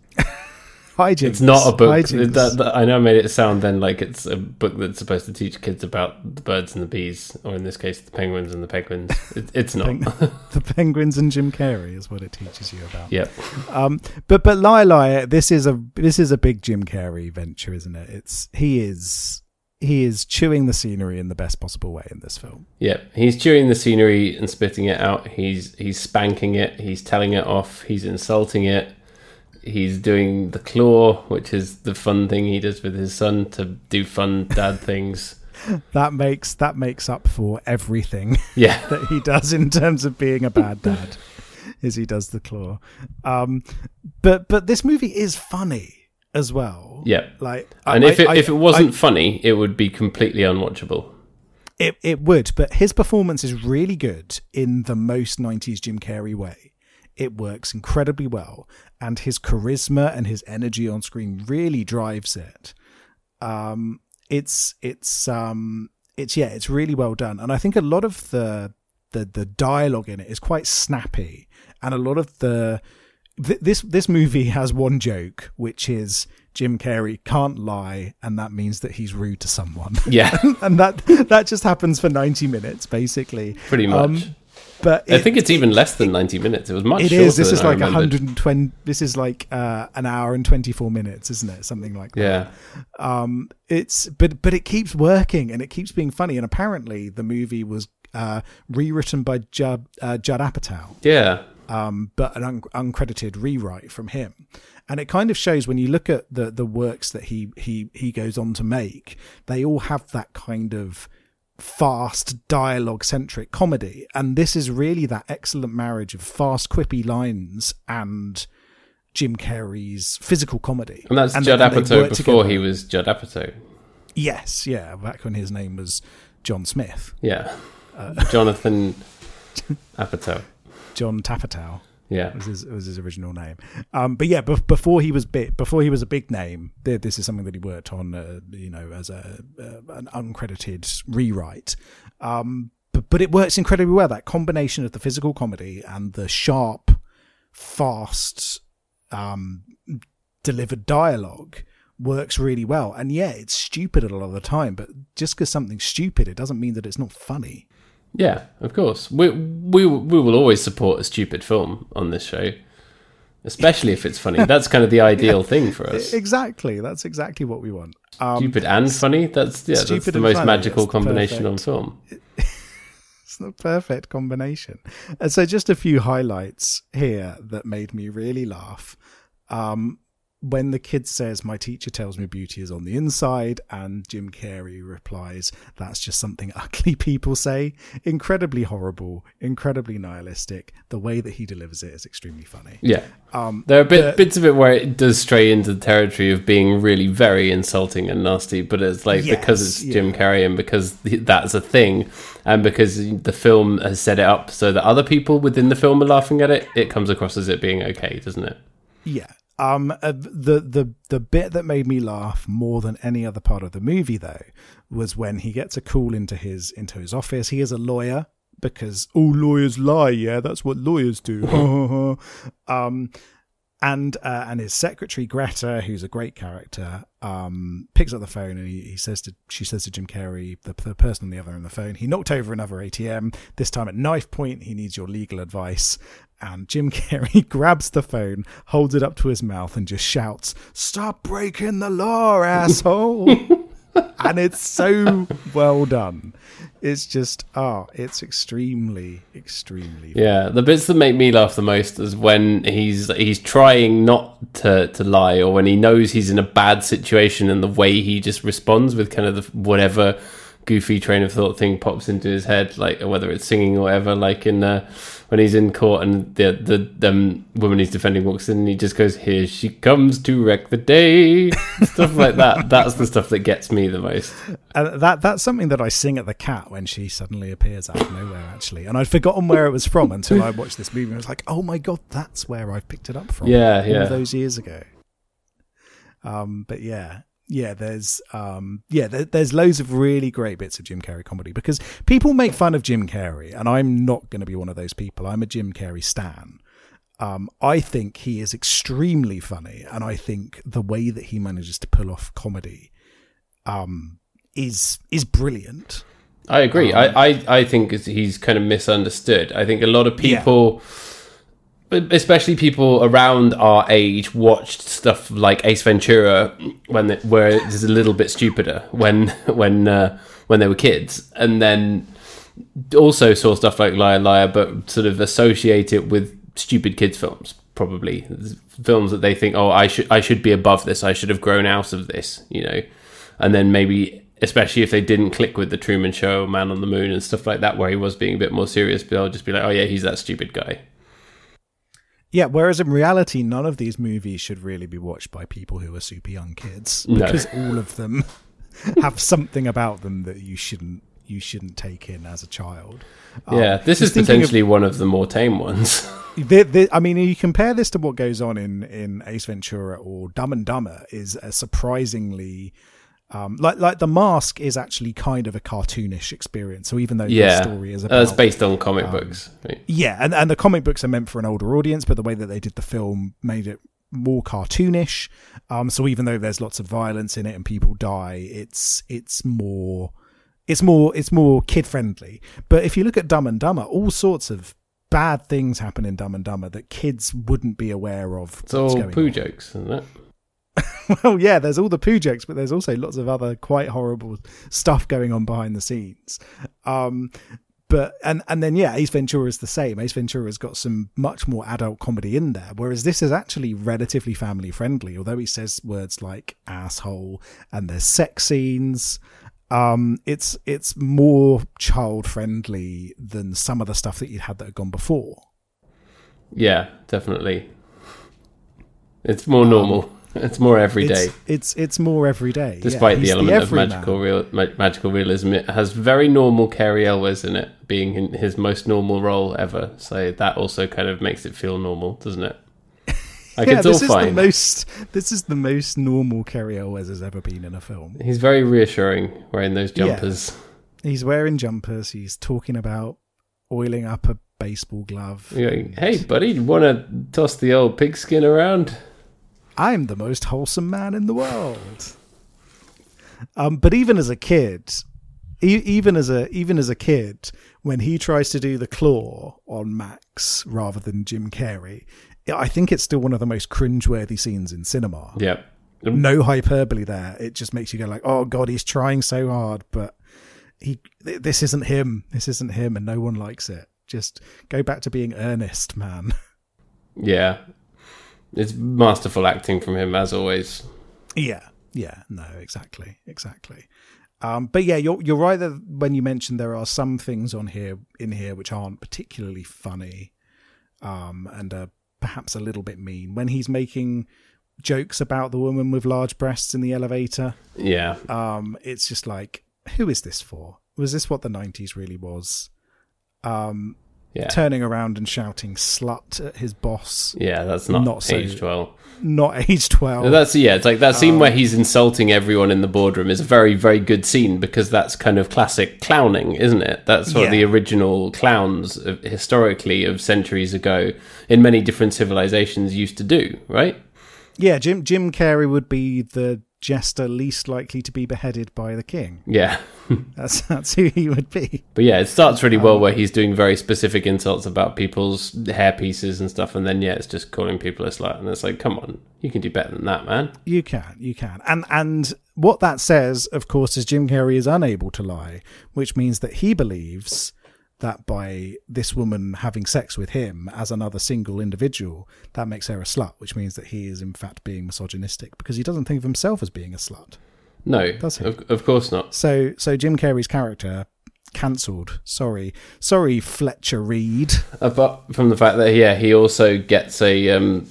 [SPEAKER 3] Hijinks.
[SPEAKER 2] It's not a book.
[SPEAKER 3] Hijinks.
[SPEAKER 2] That, that- I know I made it sound then like it's a book that's supposed to teach kids about the birds and the bees, or in this case, the penguins and the penguins. It, it's not.
[SPEAKER 3] the penguins and Jim Carrey is what it teaches you
[SPEAKER 2] [LAUGHS]
[SPEAKER 3] about.
[SPEAKER 2] yep.
[SPEAKER 3] Um, but but Lie Lie, this is a this is a big Jim Carrey venture, isn't it? It's he is he is chewing the scenery in the best possible way in this film.
[SPEAKER 2] Yep. He's chewing the scenery and spitting it out. He's he's spanking it. He's telling it off. He's insulting it. He's doing the claw, which is the fun thing he does with his son to do fun dad [LAUGHS] things.
[SPEAKER 3] That makes that makes up for everything. [LAUGHS]
[SPEAKER 2] Yeah.
[SPEAKER 3] that he does in terms of being a bad dad [LAUGHS] is he does the claw um but but this movie is funny as well
[SPEAKER 2] Yeah.
[SPEAKER 3] like
[SPEAKER 2] And
[SPEAKER 3] I-
[SPEAKER 2] if it,
[SPEAKER 3] I-
[SPEAKER 2] if it wasn't
[SPEAKER 3] I-
[SPEAKER 2] funny, it would be completely unwatchable.
[SPEAKER 3] it, it would but his performance is really good in the most 90s jim carrey way it works incredibly well and his charisma and his energy on screen really drives it um it's it's um it's yeah it's really well done and i think a lot of the the the dialogue in it is quite snappy and a lot of the th- this this movie has one joke which is jim carrey can't lie and that means that he's rude to someone
[SPEAKER 2] Yeah. [LAUGHS]
[SPEAKER 3] and that that just happens for 90 minutes basically
[SPEAKER 2] Pretty much.
[SPEAKER 3] but
[SPEAKER 2] I think it's even less than 90 minutes. It was much
[SPEAKER 3] it
[SPEAKER 2] shorter.
[SPEAKER 3] is this
[SPEAKER 2] than
[SPEAKER 3] is
[SPEAKER 2] I
[SPEAKER 3] like
[SPEAKER 2] remembered.
[SPEAKER 3] 120 this is like uh an hour and 24 minutes isn't it something like that
[SPEAKER 2] Yeah.
[SPEAKER 3] um it's but but it keeps working and it keeps being funny and apparently the movie was uh rewritten by judd uh, judd apatow
[SPEAKER 2] Yeah.
[SPEAKER 3] um, but an un- uncredited rewrite from him. And it kind of shows when you look at the the works that he he he goes on to make, they all have that kind of fast dialogue centric comedy, and this is really that excellent marriage of fast quippy lines and Jim Carrey's physical comedy.
[SPEAKER 2] And that's
[SPEAKER 3] they-
[SPEAKER 2] Judd
[SPEAKER 3] and they
[SPEAKER 2] Apatow
[SPEAKER 3] work
[SPEAKER 2] before
[SPEAKER 3] together.
[SPEAKER 2] he was Judd Apatow.
[SPEAKER 3] Yes, yeah, back when his name was John Smith. [LAUGHS]
[SPEAKER 2] Yeah. Jonathan Apatow.
[SPEAKER 3] John Tapatow
[SPEAKER 2] Yeah.
[SPEAKER 3] was his was his original name. Um, but yeah, bef- before he was bit, before he was a big name, th- this is something that he worked on, uh, you know, as a uh, an uncredited rewrite. Um, but, but it works incredibly well. That combination of the physical comedy and the sharp, fast, um, delivered dialogue works really well. And yeah, it's stupid a lot of the time, but just because something's stupid, it doesn't mean that it's not funny.
[SPEAKER 2] Yeah, of course. We we we will always support a stupid film on this show, especially if it's
[SPEAKER 3] [LAUGHS]
[SPEAKER 2] funny. That's kind of the ideal thing for us.
[SPEAKER 3] Exactly. That's exactly what we want. Um,
[SPEAKER 2] Stupid and funny. That's yeah.
[SPEAKER 3] stupid
[SPEAKER 2] That's the
[SPEAKER 3] and
[SPEAKER 2] most
[SPEAKER 3] funny,
[SPEAKER 2] magical
[SPEAKER 3] that's
[SPEAKER 2] combination
[SPEAKER 3] perfect.
[SPEAKER 2] on film.
[SPEAKER 3] It's the perfect combination. And so, just a few highlights here that made me really laugh. Um, when the kid says, My teacher tells me beauty is on the inside, and Jim Carrey replies, That's just something [LAUGHS] ugly people say. Incredibly horrible, incredibly nihilistic. The way that he delivers it is extremely funny.
[SPEAKER 2] Yeah.
[SPEAKER 3] Um,
[SPEAKER 2] there are bit, bits of it where it does stray into the territory of being really very insulting and nasty, but it's like because
[SPEAKER 3] Yes,
[SPEAKER 2] it's
[SPEAKER 3] yeah.
[SPEAKER 2] Jim Carrey and because th- that's a thing, and because the film has set it up so that other people within the film are laughing at it, it comes across as it being okay, doesn't it?
[SPEAKER 3] Yeah. Um, uh, the the the bit that made me laugh more than any other part of the movie though was when he gets a call into his into his office. He is a lawyer because all lawyers lie. Yeah, that's what lawyers do. [LAUGHS] um, and uh, and his secretary Greta, who's a great character, um, picks up the phone and he, he says to she says to Jim Carrey, the, the person on the other end of the phone, he knocked over another ATM. This time at knife point, he needs your legal advice. And Jim [LAUGHS] Carrey grabs the phone, holds it up to his mouth, and just shouts, "Stop breaking the law, asshole!" and it's so well done. It's just ah, it's extremely, extremely.
[SPEAKER 2] Yeah, the bits that make me laugh the most is when he's he's trying not to to lie, or when he knows he's in a bad situation, and the way he just responds with kind of the, whatever goofy train of thought thing pops into his head, like whether it's singing or whatever. Like in uh, when he's in court and the the um, woman he's defending walks in, and he just goes, "Here she comes to wreck the day," [LAUGHS] stuff like that. That's the stuff that gets me the most.
[SPEAKER 3] And that that's something that I sing at the cat when she suddenly appears out of nowhere, actually. And I'd forgotten where it was from until I watched this movie and was like, oh my god, that's where I picked it up from.
[SPEAKER 2] Yeah,
[SPEAKER 3] all
[SPEAKER 2] yeah.
[SPEAKER 3] those years ago. Um, but yeah, yeah. There's um, yeah. There, there's loads of really great bits of Jim Carrey comedy because people make fun of Jim Carrey, and I'm not going to be one of those people. I'm a Jim Carrey stan. Um, I think he is extremely funny, and I think the way that he manages to pull off comedy um, is is brilliant.
[SPEAKER 2] I agree. I, I, I think it's- he's kind of misunderstood. I think a lot of
[SPEAKER 3] Yeah.
[SPEAKER 2] people, especially people around our age, watched stuff like Ace Ventura when they, where it's a little bit stupider when [LAUGHS] when uh, when they were kids, and then also saw stuff like Liar Liar, but sort of associate it with stupid kids films. Probably films that they think, oh, I should I should be above this. I should have grown out of this, you know. And then maybe, especially if they didn't click with the Truman Show, Man on the Moon, and stuff like that, where he was being a bit more serious, but I'll just be like, oh yeah, he's that stupid guy.
[SPEAKER 3] Yeah, whereas in reality, none of these movies should really be watched by people who are super young kids
[SPEAKER 2] No.
[SPEAKER 3] because all of them [LAUGHS] have something about them that you shouldn't you shouldn't take in as a child. Um,
[SPEAKER 2] yeah, this is
[SPEAKER 3] just thinking of-
[SPEAKER 2] potentially one of the more tame
[SPEAKER 3] [LAUGHS]
[SPEAKER 2] ones.
[SPEAKER 3] the, the, I mean, you compare this to what goes on in in Ace Ventura or Dumb and Dumber is a surprisingly um, like like the mask is actually kind of a cartoonish experience. So even though
[SPEAKER 2] yeah,
[SPEAKER 3] the story is
[SPEAKER 2] Uh,
[SPEAKER 3] about Um,
[SPEAKER 2] it's based on comic books. right?
[SPEAKER 3] yeah, and, and the comic books are meant for an older audience, but the way that they did the film made it more cartoonish. Um, so even though there's lots of violence in it and people die, it's it's more it's more it's more kid friendly. But if you look at Dumb and Dumber, all sorts of bad things happen in Dumb and Dumber that kids wouldn't be aware of.
[SPEAKER 2] It's all
[SPEAKER 3] going
[SPEAKER 2] poo
[SPEAKER 3] on.
[SPEAKER 2] jokes, isn't it?
[SPEAKER 3] [LAUGHS] Well, Oh, yeah, there's all the poo jokes, but there's also lots of other quite horrible stuff going on behind the scenes. Um, but and and then yeah, Ace Ventura is the same. Ace Ventura's got some much more adult comedy in there, whereas this is actually relatively family friendly. Although he says words like asshole and there's sex scenes. Um, it's it's more child friendly than some of the stuff that you'd had that had gone before.
[SPEAKER 2] Yeah, definitely. It's more normal. [LAUGHS] It's more every day.
[SPEAKER 3] Um, It's it's, it's more every day. yeah.
[SPEAKER 2] Despite the
[SPEAKER 3] He's
[SPEAKER 2] element of
[SPEAKER 3] everyman.
[SPEAKER 2] magical real, ma- magical realism, it has very normal Carrie Elwes in it, being in his most normal role ever. So that also kind of makes it feel normal, doesn't
[SPEAKER 3] [LAUGHS]
[SPEAKER 2] it? Like
[SPEAKER 3] yeah,
[SPEAKER 2] it's all
[SPEAKER 3] this is
[SPEAKER 2] fine.
[SPEAKER 3] the most this is the most normal Carrie Elwes has ever been in a film.
[SPEAKER 2] He's very reassuring wearing those
[SPEAKER 3] Yeah.
[SPEAKER 2] jumpers.
[SPEAKER 3] He's wearing jumpers. He's talking about oiling up a baseball glove.
[SPEAKER 2] You're going, hey, buddy, you want to toss the old pigskin around?
[SPEAKER 3] I'm the most wholesome man in the world. Um, but even as a kid, e- even as a even as a kid, when he tries to do the claw on Max rather than Jim Carrey, I think it's still one of the most cringeworthy scenes in cinema.
[SPEAKER 2] Yep.
[SPEAKER 3] No hyperbole there. It just makes you go like, "Oh God, he's trying so hard, but he th- this isn't him. This isn't him, and no one likes it." Just go back to being earnest, man. [LAUGHS]
[SPEAKER 2] Yeah. It's masterful acting from him, as always.
[SPEAKER 3] Yeah, yeah, no, exactly, exactly. Um, but yeah, you're you're right that when you mentioned there are some things on here in here which aren't particularly funny, um, and are perhaps a little bit mean. When he's making jokes about the woman with large breasts in the elevator,
[SPEAKER 2] Yeah.
[SPEAKER 3] um, it's just like, who is this for? Was this what the '90s really was? Um,
[SPEAKER 2] Yeah.
[SPEAKER 3] Turning around and shouting "slut" at his boss,
[SPEAKER 2] Yeah, that's not,
[SPEAKER 3] Not so-
[SPEAKER 2] aged well.
[SPEAKER 3] not [LAUGHS] age twelve.
[SPEAKER 2] That's yeah. It's like that scene
[SPEAKER 3] Um,
[SPEAKER 2] where he's insulting everyone in the boardroom is a very very good scene because that's kind of classic clowning, isn't it? That's what
[SPEAKER 3] Yeah.
[SPEAKER 2] the original clowns of, historically of centuries ago in many different civilizations used to do, right?
[SPEAKER 3] Yeah, Jim Jim Carrey would be the jester least likely to be beheaded by the king.
[SPEAKER 2] Yeah. [LAUGHS]
[SPEAKER 3] That's [LAUGHS] that's who he would be.
[SPEAKER 2] But yeah, it starts really
[SPEAKER 3] Um,
[SPEAKER 2] well where he's doing very specific insults about people's hair pieces and stuff, and then yeah, it's just calling people a slut, and it's like, come on, you can do better than that, man.
[SPEAKER 3] You can, you can. And and what that says, of course, is Jim Carrey is unable to lie, which means that he believes that by this woman having sex with him as another single individual, that makes her a slut, which means that he is in fact being misogynistic because he doesn't think of himself as being a slut.
[SPEAKER 2] No,
[SPEAKER 3] Does he?
[SPEAKER 2] of, of course not.
[SPEAKER 3] So so Jim Carrey's character cancelled. Sorry. Sorry, Fletcher Reed.
[SPEAKER 2] apart from the fact that yeah he also gets a um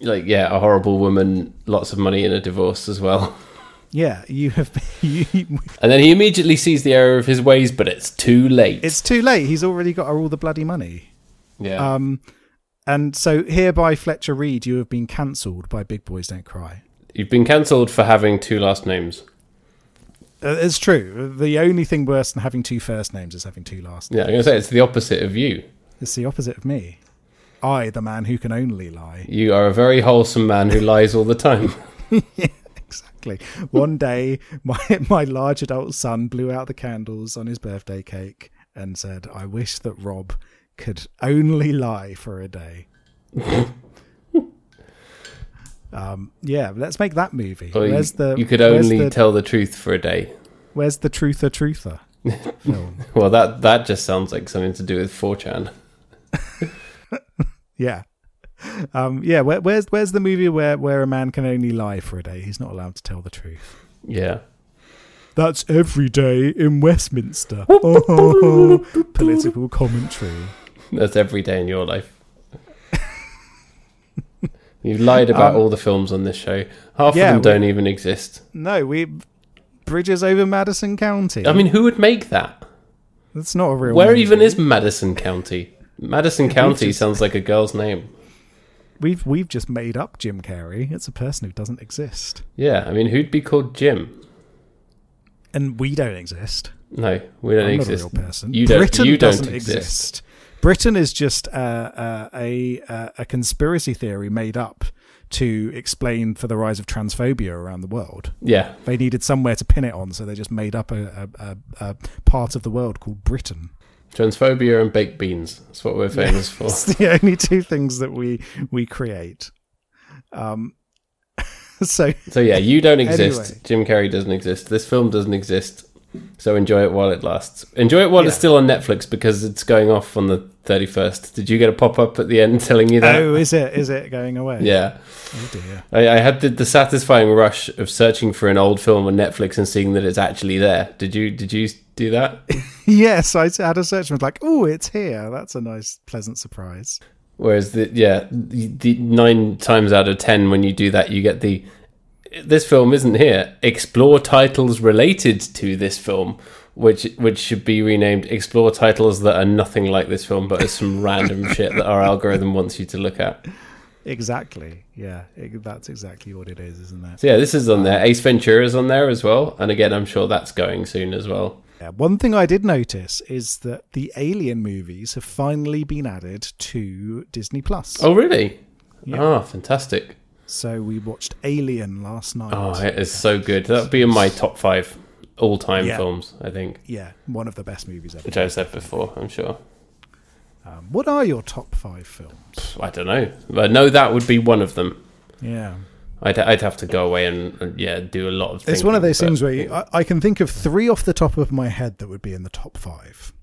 [SPEAKER 2] like yeah a horrible woman lots of money in a divorce as well [LAUGHS]
[SPEAKER 3] Yeah, you have. [LAUGHS] You,
[SPEAKER 2] and then he immediately sees the error of his ways but it's too late
[SPEAKER 3] it's too late. He's already got all the bloody money.
[SPEAKER 2] yeah
[SPEAKER 3] Um, and so hereby, Fletcher Reed, you have been cancelled by Big Boys Don't Cry.
[SPEAKER 2] you've been cancelled for having two last names
[SPEAKER 3] Uh, It's true. The only thing worse than having two first names is having two last.
[SPEAKER 2] yeah i'm gonna say it's the opposite of you
[SPEAKER 3] It's the opposite of me. I, the man who can only
[SPEAKER 2] [LAUGHS]
[SPEAKER 3] lie.
[SPEAKER 2] you are a very wholesome man who lies all the time [LAUGHS]
[SPEAKER 3] Exactly. One day, my [LAUGHS] my large adult son blew out the candles on his birthday cake and said, "I wish that Rob could only lie for a
[SPEAKER 2] [LAUGHS]
[SPEAKER 3] day." um, yeah, let's make that movie.
[SPEAKER 2] Or you,
[SPEAKER 3] where's the
[SPEAKER 2] you could
[SPEAKER 3] where's
[SPEAKER 2] only
[SPEAKER 3] the,
[SPEAKER 2] tell the truth for a day
[SPEAKER 3] where's the truther truther
[SPEAKER 2] [LAUGHS]
[SPEAKER 3] film?
[SPEAKER 2] well that that just sounds like something to do with 4chan
[SPEAKER 3] Yeah. Um, yeah, where, where's where's the movie where, where a man can only lie for a day? He's not allowed to tell the truth.
[SPEAKER 2] yeah
[SPEAKER 3] That's every day in Westminster. Oh, political commentary.
[SPEAKER 2] That's every day in your life. You've lied about all the films on this show. Half
[SPEAKER 3] Um, yeah,
[SPEAKER 2] of them don't even exist.
[SPEAKER 3] No, we bridges over Madison County.
[SPEAKER 2] I mean, who would make that?
[SPEAKER 3] that's not a real.
[SPEAKER 2] Where
[SPEAKER 3] movie.
[SPEAKER 2] even is Madison County? Madison County sounds like a girl's name.
[SPEAKER 3] we've we've just made up Jim Carrey? It's a person who doesn't exist,
[SPEAKER 2] Yeah, I mean, who'd be called Jim?
[SPEAKER 3] and we don't exist.
[SPEAKER 2] No, we don't
[SPEAKER 3] I'm not a
[SPEAKER 2] exist.
[SPEAKER 3] real person.
[SPEAKER 2] You don't.
[SPEAKER 3] Britain
[SPEAKER 2] you don't
[SPEAKER 3] doesn't
[SPEAKER 2] exist.
[SPEAKER 3] exist. Britain is just uh, uh, a uh, a conspiracy theory made up to explain for the rise of transphobia around the world.
[SPEAKER 2] Yeah,
[SPEAKER 3] They needed somewhere to pin it on, so they just made up a, a, a, a part of the world called Britain. [LAUGHS]
[SPEAKER 2] transphobia and baked beans. That's what we're famous for.
[SPEAKER 3] It's the only two things that we we create. Um, [LAUGHS] so
[SPEAKER 2] So yeah, you don't exist.
[SPEAKER 3] Anyway.
[SPEAKER 2] Jim Carrey doesn't exist. This film doesn't exist. So enjoy it while it lasts. Enjoy it while it's
[SPEAKER 3] Yeah.
[SPEAKER 2] still on Netflix because it's going off on the 31st. Did you get a pop up at the end [LAUGHS] telling you that?
[SPEAKER 3] oh, is it is it going away?
[SPEAKER 2] Uh, Yeah.
[SPEAKER 3] Oh dear.
[SPEAKER 2] I, I had the, the satisfying rush of searching for an old film on Netflix and seeing that it's actually there. Did you did you do that?
[SPEAKER 3] Yes, I had a search and was like, "Oh, it's here." That's a nice, pleasant surprise.
[SPEAKER 2] Whereas the yeah, the, the nine times out of ten when you do that, you get the this film isn't here. Explore titles related to this film, which which should be renamed Explore titles that are nothing like this film, but are some [LAUGHS] random shit that our algorithm wants you to look at.
[SPEAKER 3] Exactly. Yeah, it, that's exactly what it is, isn't it?
[SPEAKER 2] So yeah, this is on there. Ace Ventura is on there as well, and again, I'm sure that's going soon as well.
[SPEAKER 3] Yeah. One thing I did notice is that the Alien movies have finally been added to Disney Plus.
[SPEAKER 2] Oh really?
[SPEAKER 3] Yeah.
[SPEAKER 2] Ah, fantastic.
[SPEAKER 3] So we watched Alien last night.
[SPEAKER 2] Oh, it is so good. That'd be in my top five all time
[SPEAKER 3] Yeah.
[SPEAKER 2] films, I think,
[SPEAKER 3] Yeah, one of the best movies ever.
[SPEAKER 2] which I've said before. I'm sure.
[SPEAKER 3] Um, what are your top five films?
[SPEAKER 2] I don't know, but no, that would be one of them.
[SPEAKER 3] Yeah.
[SPEAKER 2] I'd, I'd have to go away and, and, yeah, do a lot of.
[SPEAKER 3] It's one of
[SPEAKER 2] thinking,
[SPEAKER 3] those things
[SPEAKER 2] but-
[SPEAKER 3] where you, I, I can think of three off the top of my head that would be in the top five.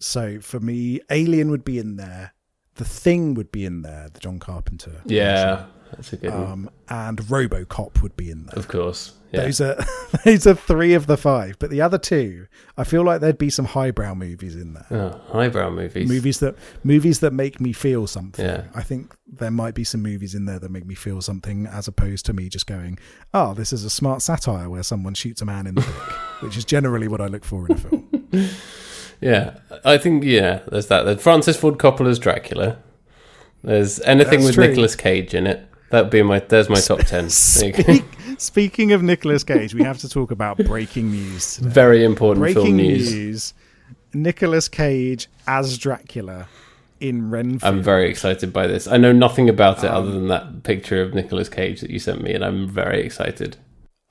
[SPEAKER 3] So for me, Alien would be in there. The Thing would be in there, the John Carpenter.
[SPEAKER 2] Yeah, that's a good one.
[SPEAKER 3] Um, and RoboCop would be in there.
[SPEAKER 2] Of course. Mm. Yeah.
[SPEAKER 3] Those are [LAUGHS] those are three of the five. But the other two, I feel like there'd be some highbrow movies in there.
[SPEAKER 2] oh, highbrow movies.
[SPEAKER 3] Movies that movies that make me feel something.
[SPEAKER 2] Yeah.
[SPEAKER 3] I think there might be some movies in there that make me feel something, as opposed to me just going, "Oh, this is a smart satire where someone shoots a man in the dick,"
[SPEAKER 2] [LAUGHS]
[SPEAKER 3] which is generally what I look for in a film.
[SPEAKER 2] Yeah, I think yeah. There's that. There's Francis Ford Coppola's Dracula. There's anything
[SPEAKER 3] That's
[SPEAKER 2] with
[SPEAKER 3] true.
[SPEAKER 2] Nicolas Cage in it. That'd be my. There's my top ten. There you go.
[SPEAKER 3] [LAUGHS] Speak, [LAUGHS] speaking of Nicolas Cage, we have to talk about breaking news. Today.
[SPEAKER 2] Very important
[SPEAKER 3] Breaking
[SPEAKER 2] film news.
[SPEAKER 3] news. Nicolas Cage as Dracula in Renfield.
[SPEAKER 2] I'm very excited by this. I know nothing about
[SPEAKER 3] Um,
[SPEAKER 2] it other than that picture of Nicolas Cage that you sent me, and I'm very excited.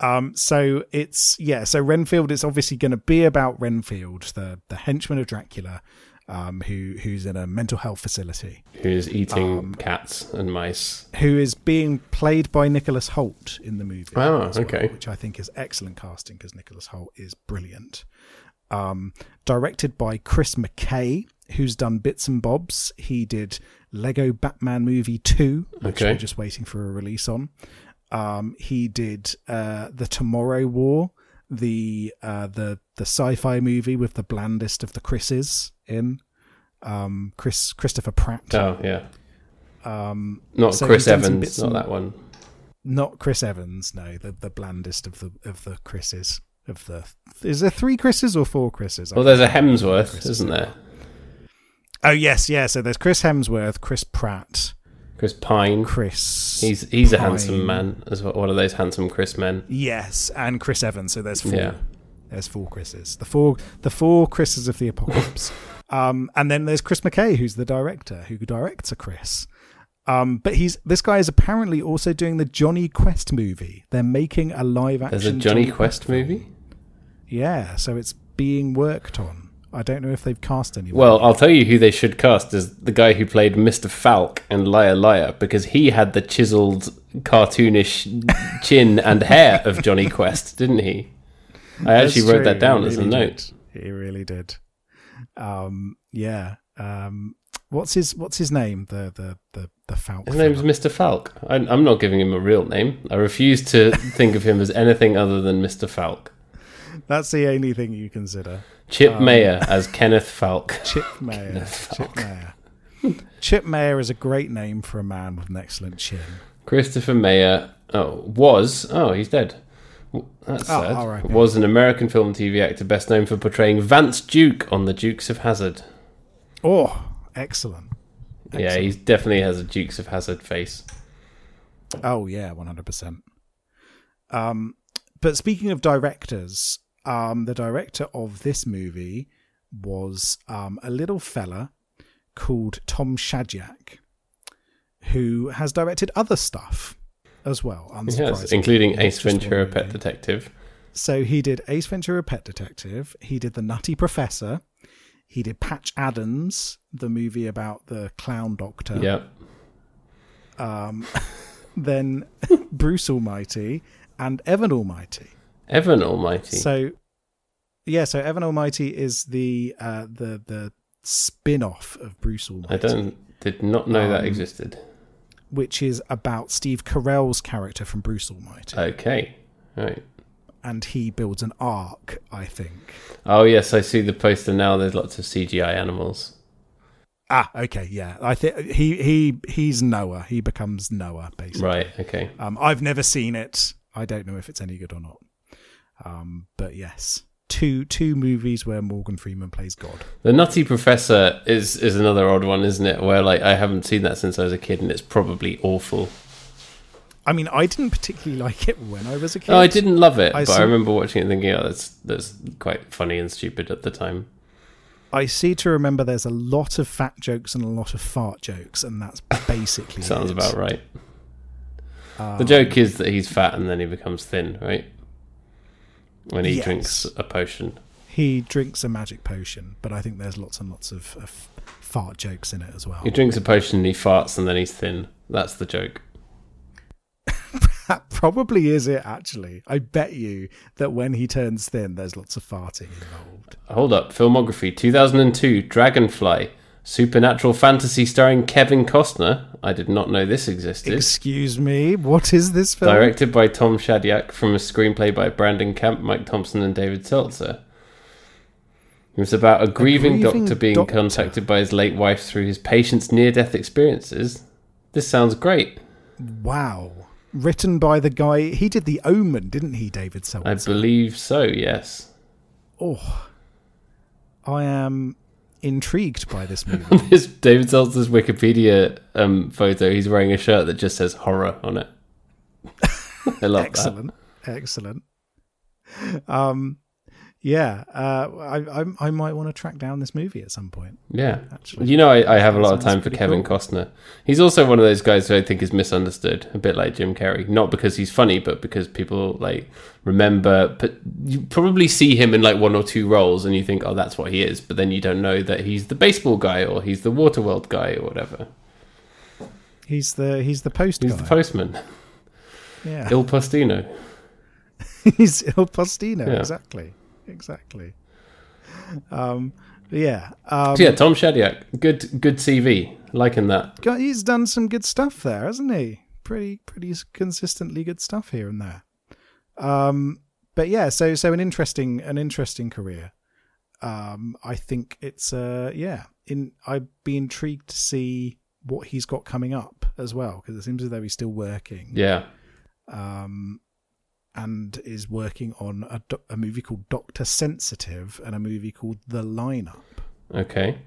[SPEAKER 3] Um, so it's yeah, so Renfield is obviously going to be about Renfield, the the henchman of Dracula, um, who who's in a mental health facility,
[SPEAKER 2] Who's eating
[SPEAKER 3] um,
[SPEAKER 2] cats and mice?
[SPEAKER 3] who is being played by Nicholas Holt in the movie.
[SPEAKER 2] Oh,
[SPEAKER 3] as well,
[SPEAKER 2] okay.
[SPEAKER 3] which I think is excellent casting because Nicholas Holt is brilliant. Um, directed by Chris McKay, who's done bits and bobs. He did Lego Batman Movie Two, which
[SPEAKER 2] Okay.
[SPEAKER 3] we're just waiting for a release on. Um, he did uh, the Tomorrow War, the uh, the the sci-fi movie with the blandest of the Chris's in um, Chris Christopher Pratt,
[SPEAKER 2] Oh yeah. Um, not
[SPEAKER 3] so
[SPEAKER 2] Chris
[SPEAKER 3] he's done some
[SPEAKER 2] Evans.
[SPEAKER 3] bits
[SPEAKER 2] Not
[SPEAKER 3] and-
[SPEAKER 2] that one.
[SPEAKER 3] not Chris Evans. No, the the blandest of the of the Chris's of the. Is there three Chris's or four Chris's?
[SPEAKER 2] Well, there's a Hemsworth, isn't there?
[SPEAKER 3] oh yes, yeah. So there's Chris Hemsworth, Chris Pratt,
[SPEAKER 2] Chris Pine.
[SPEAKER 3] Chris.
[SPEAKER 2] He's he's a handsome
[SPEAKER 3] Pine.
[SPEAKER 2] man as well. One of those handsome Chris men.
[SPEAKER 3] yes, and Chris Evans. So there's four.
[SPEAKER 2] Yeah.
[SPEAKER 3] There's four Chris's. The four the four Chris's of
[SPEAKER 2] [LAUGHS]
[SPEAKER 3] the apocalypse. um, and then there's Chris McKay, who's the director, who directs a Chris. Um, but he's this guy is apparently also doing the Johnny Quest movie. They're making a live action.
[SPEAKER 2] There's a Johnny Quest movie.
[SPEAKER 3] Yeah, so it's being worked on. I don't know if they've cast anyone.
[SPEAKER 2] Well, I'll tell you who they should cast as the guy who played Mr. Falk and Liar Liar because he had the chiseled, cartoonish chin and hair of Johnny Quest, didn't he? I actually wrote that down as a note.
[SPEAKER 3] He really did. Um, yeah. Um, what's his What's his name? The the the the Falcon.
[SPEAKER 2] His name's Mr. Falk. I, I'm not giving him a real name. I refuse
[SPEAKER 3] [LAUGHS]
[SPEAKER 2] to think of him as anything other than Mr. Falk.
[SPEAKER 3] That's the only thing you consider.
[SPEAKER 2] Chip
[SPEAKER 3] Um.
[SPEAKER 2] Mayer as Kenneth Falk.
[SPEAKER 3] Chip Mayer. Chip Mayer. Chip Mayer is a great name for a man with an excellent chin.
[SPEAKER 2] Christopher Mayer oh, was oh he's dead. W- That's
[SPEAKER 3] Oh,
[SPEAKER 2] sad.
[SPEAKER 3] R.I.P..
[SPEAKER 2] Was an American film and TV actor best known for portraying Vance Duke on The Dukes of Hazard.
[SPEAKER 3] Oh, excellent.
[SPEAKER 2] Yeah, he definitely has a Dukes of Hazard face.
[SPEAKER 3] Oh yeah, one hundred percent. Um, but speaking of directors, um, the director of this movie was um a little fella called Tom Shadyac, who has directed other stuff as well.
[SPEAKER 2] Yes,
[SPEAKER 3] Unsurprisingly,
[SPEAKER 2] including Ace
[SPEAKER 3] Just one
[SPEAKER 2] Ventura:
[SPEAKER 3] movie.
[SPEAKER 2] Pet Detective.
[SPEAKER 3] So he did Ace Ventura: Pet Detective. He did The Nutty Professor. He did Patch Adams, the movie about the clown doctor.
[SPEAKER 2] Yeah,
[SPEAKER 3] Then [LAUGHS] Bruce Almighty and Evan Almighty.
[SPEAKER 2] Evan Almighty.
[SPEAKER 3] So, yeah. So Evan Almighty is the uh, the the spin-off of Bruce Almighty,
[SPEAKER 2] I don't did not know
[SPEAKER 3] Um,
[SPEAKER 2] that existed.
[SPEAKER 3] which is about Steve Carell's character from Bruce Almighty,
[SPEAKER 2] Okay, right.
[SPEAKER 3] and he builds an ark. I think.
[SPEAKER 2] Oh yes, I see the poster now. There's lots of CGI animals.
[SPEAKER 3] Ah, okay, yeah. I think he he he's Noah. He becomes Noah basically.
[SPEAKER 2] Right. Okay.
[SPEAKER 3] Um, I've never seen it. I don't know if it's any good or not. Um, but yes, two two movies where Morgan Freeman plays God.
[SPEAKER 2] The Nutty Professor is is another odd one, isn't it? Where like I haven't seen that since I was a kid, and it's probably awful.
[SPEAKER 3] I mean, I didn't particularly [LAUGHS] like it when I was a kid.
[SPEAKER 2] Oh, I didn't love it,
[SPEAKER 3] I
[SPEAKER 2] but
[SPEAKER 3] see-
[SPEAKER 2] I remember watching it and thinking, oh, that's that's quite funny and stupid at the time.
[SPEAKER 3] I see to remember there's a lot of fat jokes and a lot of fart jokes, and that's
[SPEAKER 2] [LAUGHS]
[SPEAKER 3] basically
[SPEAKER 2] Sounds
[SPEAKER 3] it.
[SPEAKER 2] about right.
[SPEAKER 3] Um,
[SPEAKER 2] the joke is that he's fat and then he becomes thin, right? When he
[SPEAKER 3] Yes.
[SPEAKER 2] drinks a potion.
[SPEAKER 3] He drinks a magic potion, but I think there's lots and lots of, of fart jokes in it as well.
[SPEAKER 2] He drinks a potion and he farts and then he's thin. That's the joke.
[SPEAKER 3] That probably is it, actually. I bet you that when he turns thin, there's lots of farting involved.
[SPEAKER 2] Hold up. Filmography 2002 Dragonfly. Supernatural fantasy starring Kevin Costner. I did not know this existed.
[SPEAKER 3] Excuse me, what is this film?
[SPEAKER 2] Directed by Tom Shadyac from a screenplay by Brandon Camp, Mike Thompson, and David Seltzer. It was about a grieving,
[SPEAKER 3] grieving
[SPEAKER 2] doctor being
[SPEAKER 3] doctor.
[SPEAKER 2] contacted by his late wife through his patient's near death experiences. This sounds great.
[SPEAKER 3] Wow. Written by the guy, he did The Omen, didn't he, David
[SPEAKER 2] I
[SPEAKER 3] Selwyn?
[SPEAKER 2] believe so, yes. [LAUGHS]
[SPEAKER 3] Oh, I am intrigued by this movie.
[SPEAKER 2] This David Seltzer's Wikipedia um, photo, he's wearing a shirt that just says horror on it. [LAUGHS] I love that.
[SPEAKER 3] excellent excellent um yeah uh i i, I might want to track down this movie at some point
[SPEAKER 2] Yeah.
[SPEAKER 3] Actually,
[SPEAKER 2] you know, I, I have a lot of
[SPEAKER 3] sounds
[SPEAKER 2] time for
[SPEAKER 3] pretty
[SPEAKER 2] Kevin
[SPEAKER 3] cool.
[SPEAKER 2] Costner. He's also one of those guys who I think is misunderstood, a bit like Jim Carrey. Not because he's funny, but because people like remember. But you probably see him in like one or two roles, and you think, "Oh, that's what he is," but then you don't know that he's the baseball guy or he's the Waterworld guy or whatever.
[SPEAKER 3] he's the he's the post
[SPEAKER 2] He's
[SPEAKER 3] guy
[SPEAKER 2] the postman,
[SPEAKER 3] [LAUGHS] yeah
[SPEAKER 2] Il Postino.
[SPEAKER 3] Um, [LAUGHS] he's il postino
[SPEAKER 2] Yeah.
[SPEAKER 3] exactly exactly um yeah um
[SPEAKER 2] So yeah, Tom Shadyac, good good CV, liking that.
[SPEAKER 3] God, he's done some good stuff there, hasn't he? Pretty pretty s- consistently good stuff here and there. Um, but yeah, so so an interesting an interesting career. Um, I think it's uh yeah. In I'd be intrigued to see what he's got coming up as well because it seems as though he's still working.
[SPEAKER 2] Yeah,
[SPEAKER 3] Um, and is working on a, doc- a movie called Doctor Sensitive and a movie called The Lineup.
[SPEAKER 2] okay.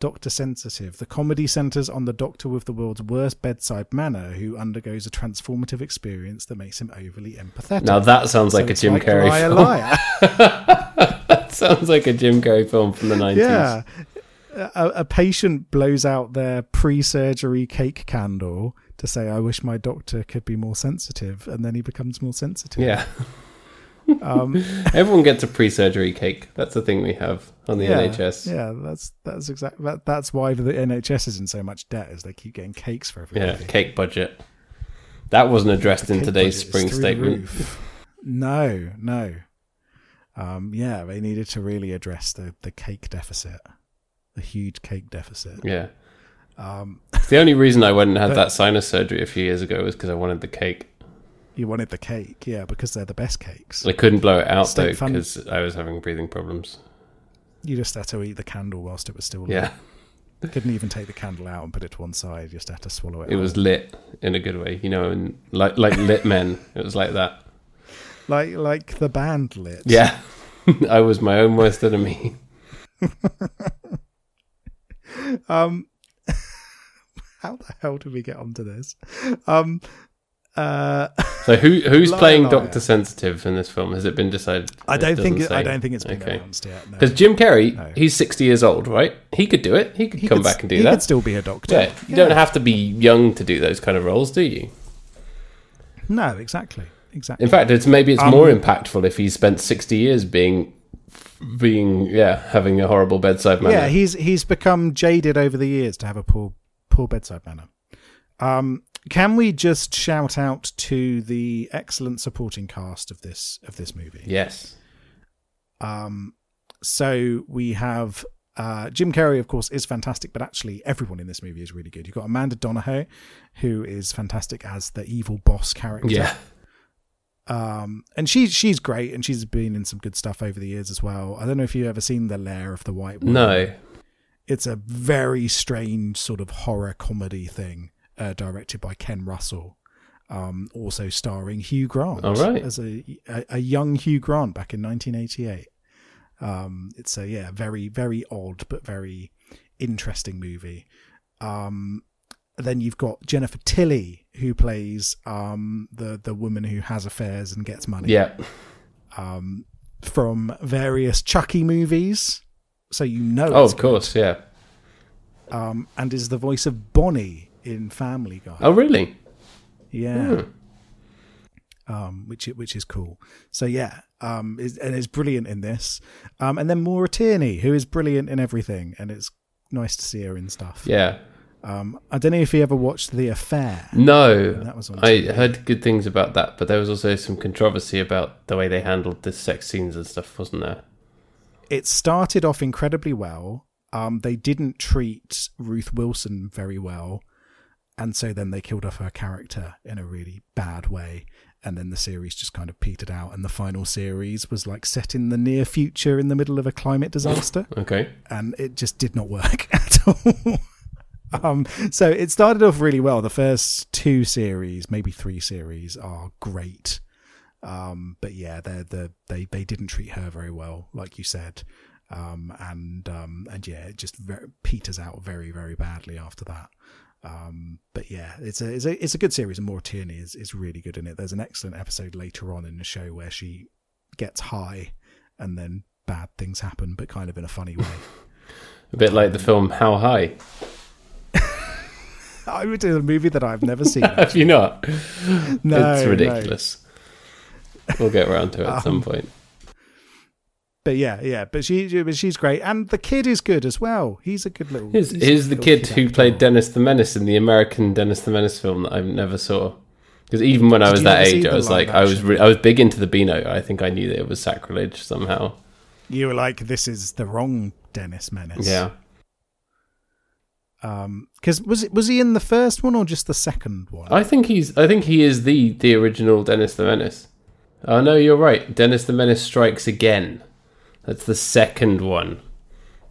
[SPEAKER 3] Doctor Sensitive, the comedy centers on the doctor with the world's worst bedside manner who undergoes a transformative experience that makes him overly empathetic.
[SPEAKER 2] Now that sounds
[SPEAKER 3] So
[SPEAKER 2] like a
[SPEAKER 3] it's
[SPEAKER 2] Jim Carrey
[SPEAKER 3] Liar,
[SPEAKER 2] [LAUGHS] film.
[SPEAKER 3] liar.
[SPEAKER 2] that sounds like a Jim Carrey film from the nineties.
[SPEAKER 3] yeah. A, a patient blows out their pre surgery cake candle to say, I wish my doctor could be more sensitive. And then he becomes more sensitive.
[SPEAKER 2] Yeah.
[SPEAKER 3] [LAUGHS] Um,
[SPEAKER 2] Everyone gets a pre-surgery cake. That's the thing we have on the NHS.
[SPEAKER 3] Yeah, that's that's exactly that, that's why the NHS is in so much debt is they keep getting cakes for
[SPEAKER 2] Yeah,
[SPEAKER 3] everybody.
[SPEAKER 2] cake budget. That wasn't addressed in
[SPEAKER 3] Cake
[SPEAKER 2] today's
[SPEAKER 3] budget is
[SPEAKER 2] spring
[SPEAKER 3] through the
[SPEAKER 2] statement.
[SPEAKER 3] roof. No, no. Um, yeah, they needed to really address the, the cake deficit, the huge cake deficit.
[SPEAKER 2] Yeah.
[SPEAKER 3] Um,
[SPEAKER 2] The only reason I went and had
[SPEAKER 3] But-
[SPEAKER 2] that sinus surgery a few years ago was because I wanted the cake.
[SPEAKER 3] you wanted the cake, yeah, because they're the best cakes.
[SPEAKER 2] I couldn't blow it out
[SPEAKER 3] State
[SPEAKER 2] though
[SPEAKER 3] fund-
[SPEAKER 2] because I was having breathing problems.
[SPEAKER 3] You just had to eat the candle whilst it was still lit.
[SPEAKER 2] Yeah,
[SPEAKER 3] Couldn't even take the candle out and put it to one side. You just had to swallow it.
[SPEAKER 2] it was lit in a good way, you know, and like like lit men. It was like that.
[SPEAKER 3] like like the band lit.
[SPEAKER 2] Yeah, [LAUGHS] I was my own worst enemy.
[SPEAKER 3] Um, how the hell did we get onto this? Um, uh,
[SPEAKER 2] So who who's
[SPEAKER 3] Liar,
[SPEAKER 2] playing
[SPEAKER 3] liar.
[SPEAKER 2] Doctor Sensitive in this film? Has it been decided?
[SPEAKER 3] I
[SPEAKER 2] It
[SPEAKER 3] don't think
[SPEAKER 2] doesn't
[SPEAKER 3] it, I
[SPEAKER 2] say.
[SPEAKER 3] don't think it's been
[SPEAKER 2] Okay.
[SPEAKER 3] announced yet. No.
[SPEAKER 2] Because Jim Carrey,
[SPEAKER 3] No.
[SPEAKER 2] he's 60 years old, right? He could do it. He could come
[SPEAKER 3] could
[SPEAKER 2] back
[SPEAKER 3] s-
[SPEAKER 2] and do
[SPEAKER 3] he
[SPEAKER 2] that.
[SPEAKER 3] could still be a doctor.
[SPEAKER 2] yeah, you don't have to be young to do those kind of roles, do you?
[SPEAKER 3] No, exactly, exactly.
[SPEAKER 2] In fact, it's maybe it's
[SPEAKER 3] Um,
[SPEAKER 2] more impactful if he spent 60 years being being yeah, having a horrible bedside manner.
[SPEAKER 3] yeah, he's he's become jaded over the years to have a poor poor bedside manner. Um, can we just shout out to the excellent supporting cast of this of this movie?
[SPEAKER 2] yes.
[SPEAKER 3] Um, so we have uh, Jim Carrey, of course, is fantastic, but actually everyone in this movie is really good. You've got Amanda Donohoe, who is fantastic as the evil boss character.
[SPEAKER 2] Yeah.
[SPEAKER 3] Um, and she she's great, and she's been in some good stuff over the years as well. I don't know if you've ever seen The Lair of the White. Worm.
[SPEAKER 2] No.
[SPEAKER 3] It's a very strange sort of horror comedy thing, uh, directed by Ken Russell, um, also starring Hugh Grant
[SPEAKER 2] All right.
[SPEAKER 3] as a, a a young Hugh Grant back in 1988. Um, it's a yeah, very very odd but very interesting movie. Um, then you've got Jennifer Tilly who plays um, the the woman who has affairs and gets money
[SPEAKER 2] Yeah.
[SPEAKER 3] from various Chucky movies, so you know.
[SPEAKER 2] Oh,
[SPEAKER 3] it's
[SPEAKER 2] of course. Yeah.
[SPEAKER 3] um, and is the voice of Bonnie in Family Guy.
[SPEAKER 2] Oh, Hmm. really?
[SPEAKER 3] Yeah. Um, which i- which is cool. So yeah, um, is, and is brilliant in this. Um, and then Maura Tierney, who is brilliant in everything, and it's nice to see her in stuff.
[SPEAKER 2] Yeah.
[SPEAKER 3] Um, I don't know if you ever watched The Affair.
[SPEAKER 2] No,
[SPEAKER 3] that was on
[SPEAKER 2] I heard good things about that, but there was also some controversy about the way they handled the sex scenes and stuff, wasn't there?
[SPEAKER 3] It started off incredibly well. Um, they didn't treat Ruth Wilson very well, and so then they killed off her character in a really bad way. And then the series just kind of petered out, and the final series was like set in the near future in the middle of a climate disaster.
[SPEAKER 2] Okay.
[SPEAKER 3] and it just did not work [LAUGHS] at all. um, so it started off really well. The first two series, maybe three series, are great. Um, but yeah, they the they they didn't treat her very well, like you said. Um, and um, and yeah, it just very, peters out very very badly after that. Um, but yeah, it's a it's a it's a good series, and Maura Tierney is is really good in it. There's an excellent episode later on in the show where she gets high, and then bad things happen, but kind of in a funny way.
[SPEAKER 2] A bit like the film How High.
[SPEAKER 3] I would do a movie that I've
[SPEAKER 2] [LAUGHS]
[SPEAKER 3] never seen.
[SPEAKER 2] Have you not?
[SPEAKER 3] [LAUGHS] No,
[SPEAKER 2] it's
[SPEAKER 3] no. Um,
[SPEAKER 2] ridiculous. We'll get around to it at some point.
[SPEAKER 3] But yeah, yeah. But she, but she's great, and the kid is good as well. He's a good little.
[SPEAKER 2] Here's,
[SPEAKER 3] he's a
[SPEAKER 2] here's the
[SPEAKER 3] little
[SPEAKER 2] kid who
[SPEAKER 3] actor.
[SPEAKER 2] played Dennis the Menace in the American Dennis the Menace film that I never saw. Because even when I
[SPEAKER 3] Did
[SPEAKER 2] was
[SPEAKER 3] you
[SPEAKER 2] that
[SPEAKER 3] never see
[SPEAKER 2] age, I
[SPEAKER 3] the
[SPEAKER 2] was
[SPEAKER 3] live
[SPEAKER 2] like, I was
[SPEAKER 3] action?
[SPEAKER 2] re- I was big into the Beano. I think I knew that it was sacrilege somehow.
[SPEAKER 3] You were like, "This is the wrong Dennis Menace."
[SPEAKER 2] Yeah.
[SPEAKER 3] Um. Because was it was he in the first one or just the second one?
[SPEAKER 2] I think he's. I think he is the the original Dennis the Menace. Oh no, you're right. Dennis the Menace strikes again. That's the second one.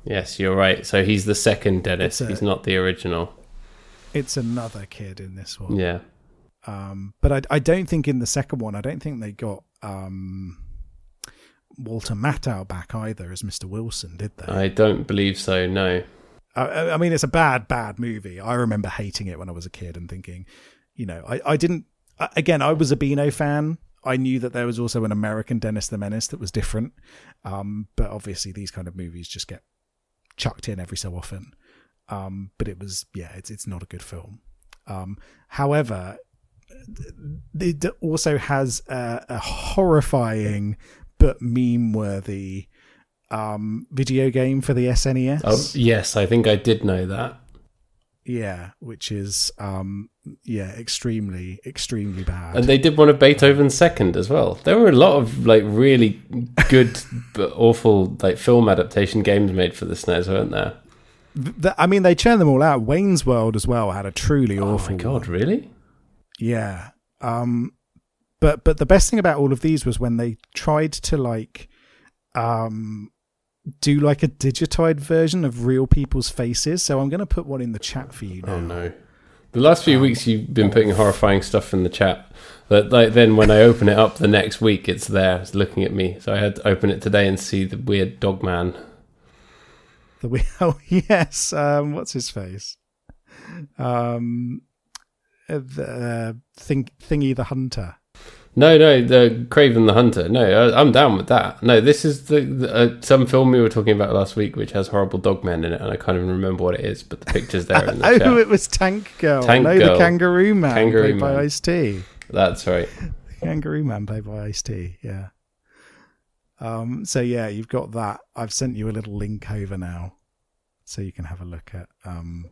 [SPEAKER 2] Yes, you're right. So he's the second Dennis.
[SPEAKER 3] It's a-
[SPEAKER 2] he's not the original.
[SPEAKER 3] It's another kid in this one.
[SPEAKER 2] Yeah.
[SPEAKER 3] Um. But I, I don't think in the second one, I don't think they got um. Walter Matthau back either as Mr. Wilson, did they?
[SPEAKER 2] I don't believe so. No.
[SPEAKER 3] I- I, I mean, it's a bad, bad movie. I remember hating it when I was a kid and thinking, you know, I, I didn't. I- Again, I was a Beano fan. I knew that there was also an American Dennis the Menace that was different. Um, but obviously, these kind of movies just get chucked in every so often. Um, but it was, yeah, it's it's not a good film. Um, however, it also has a, a horrifying but meme-worthy um, video game for the E SNES.
[SPEAKER 2] Oh yes, I think I did know that.
[SPEAKER 3] Yeah, which is um yeah, extremely extremely bad.
[SPEAKER 2] And they did one of Beethoven's Second as well. There were a lot of like really good [LAUGHS] but awful like film adaptation games made for the SNES, weren't there?
[SPEAKER 3] Th- th- I mean, they churn them all out. Wayne's World as well had a truly
[SPEAKER 2] Oh
[SPEAKER 3] awful.
[SPEAKER 2] my god,
[SPEAKER 3] one.
[SPEAKER 2] really?
[SPEAKER 3] Yeah. Um, but but the best thing about all of these was when they tried to like, um, do like a digitized version of real people's faces. So I'm going to put one in the chat for you now.
[SPEAKER 2] Oh no! The last few weeks you've been putting horrifying stuff in the chat. But like then when I open it up the next week, it's there. It's looking at me. So I had to open it today and see the weird dog man.
[SPEAKER 3] The we- [LAUGHS] oh yes, um, what's his face? Um, uh, the uh, thing thingy the hunter.
[SPEAKER 2] No, no, the Craven the Hunter. No, I, I'm down with that. No, this is the, the uh, some film we were talking about last week, which has horrible dog men in it, and I can't even remember what it is. But the picture's there
[SPEAKER 3] [LAUGHS]
[SPEAKER 2] in the
[SPEAKER 3] Oh,
[SPEAKER 2] chat.
[SPEAKER 3] it was Tank Girl.
[SPEAKER 2] Tank
[SPEAKER 3] no,
[SPEAKER 2] Girl.
[SPEAKER 3] the Kangaroo Man
[SPEAKER 2] Kangaroo
[SPEAKER 3] played by
[SPEAKER 2] Man.
[SPEAKER 3] Ice T.
[SPEAKER 2] That's right.
[SPEAKER 3] Kangaroo Man played by Ice T. Yeah. Um. So yeah, you've got that. I've sent you a little link over now, so you can have a look at um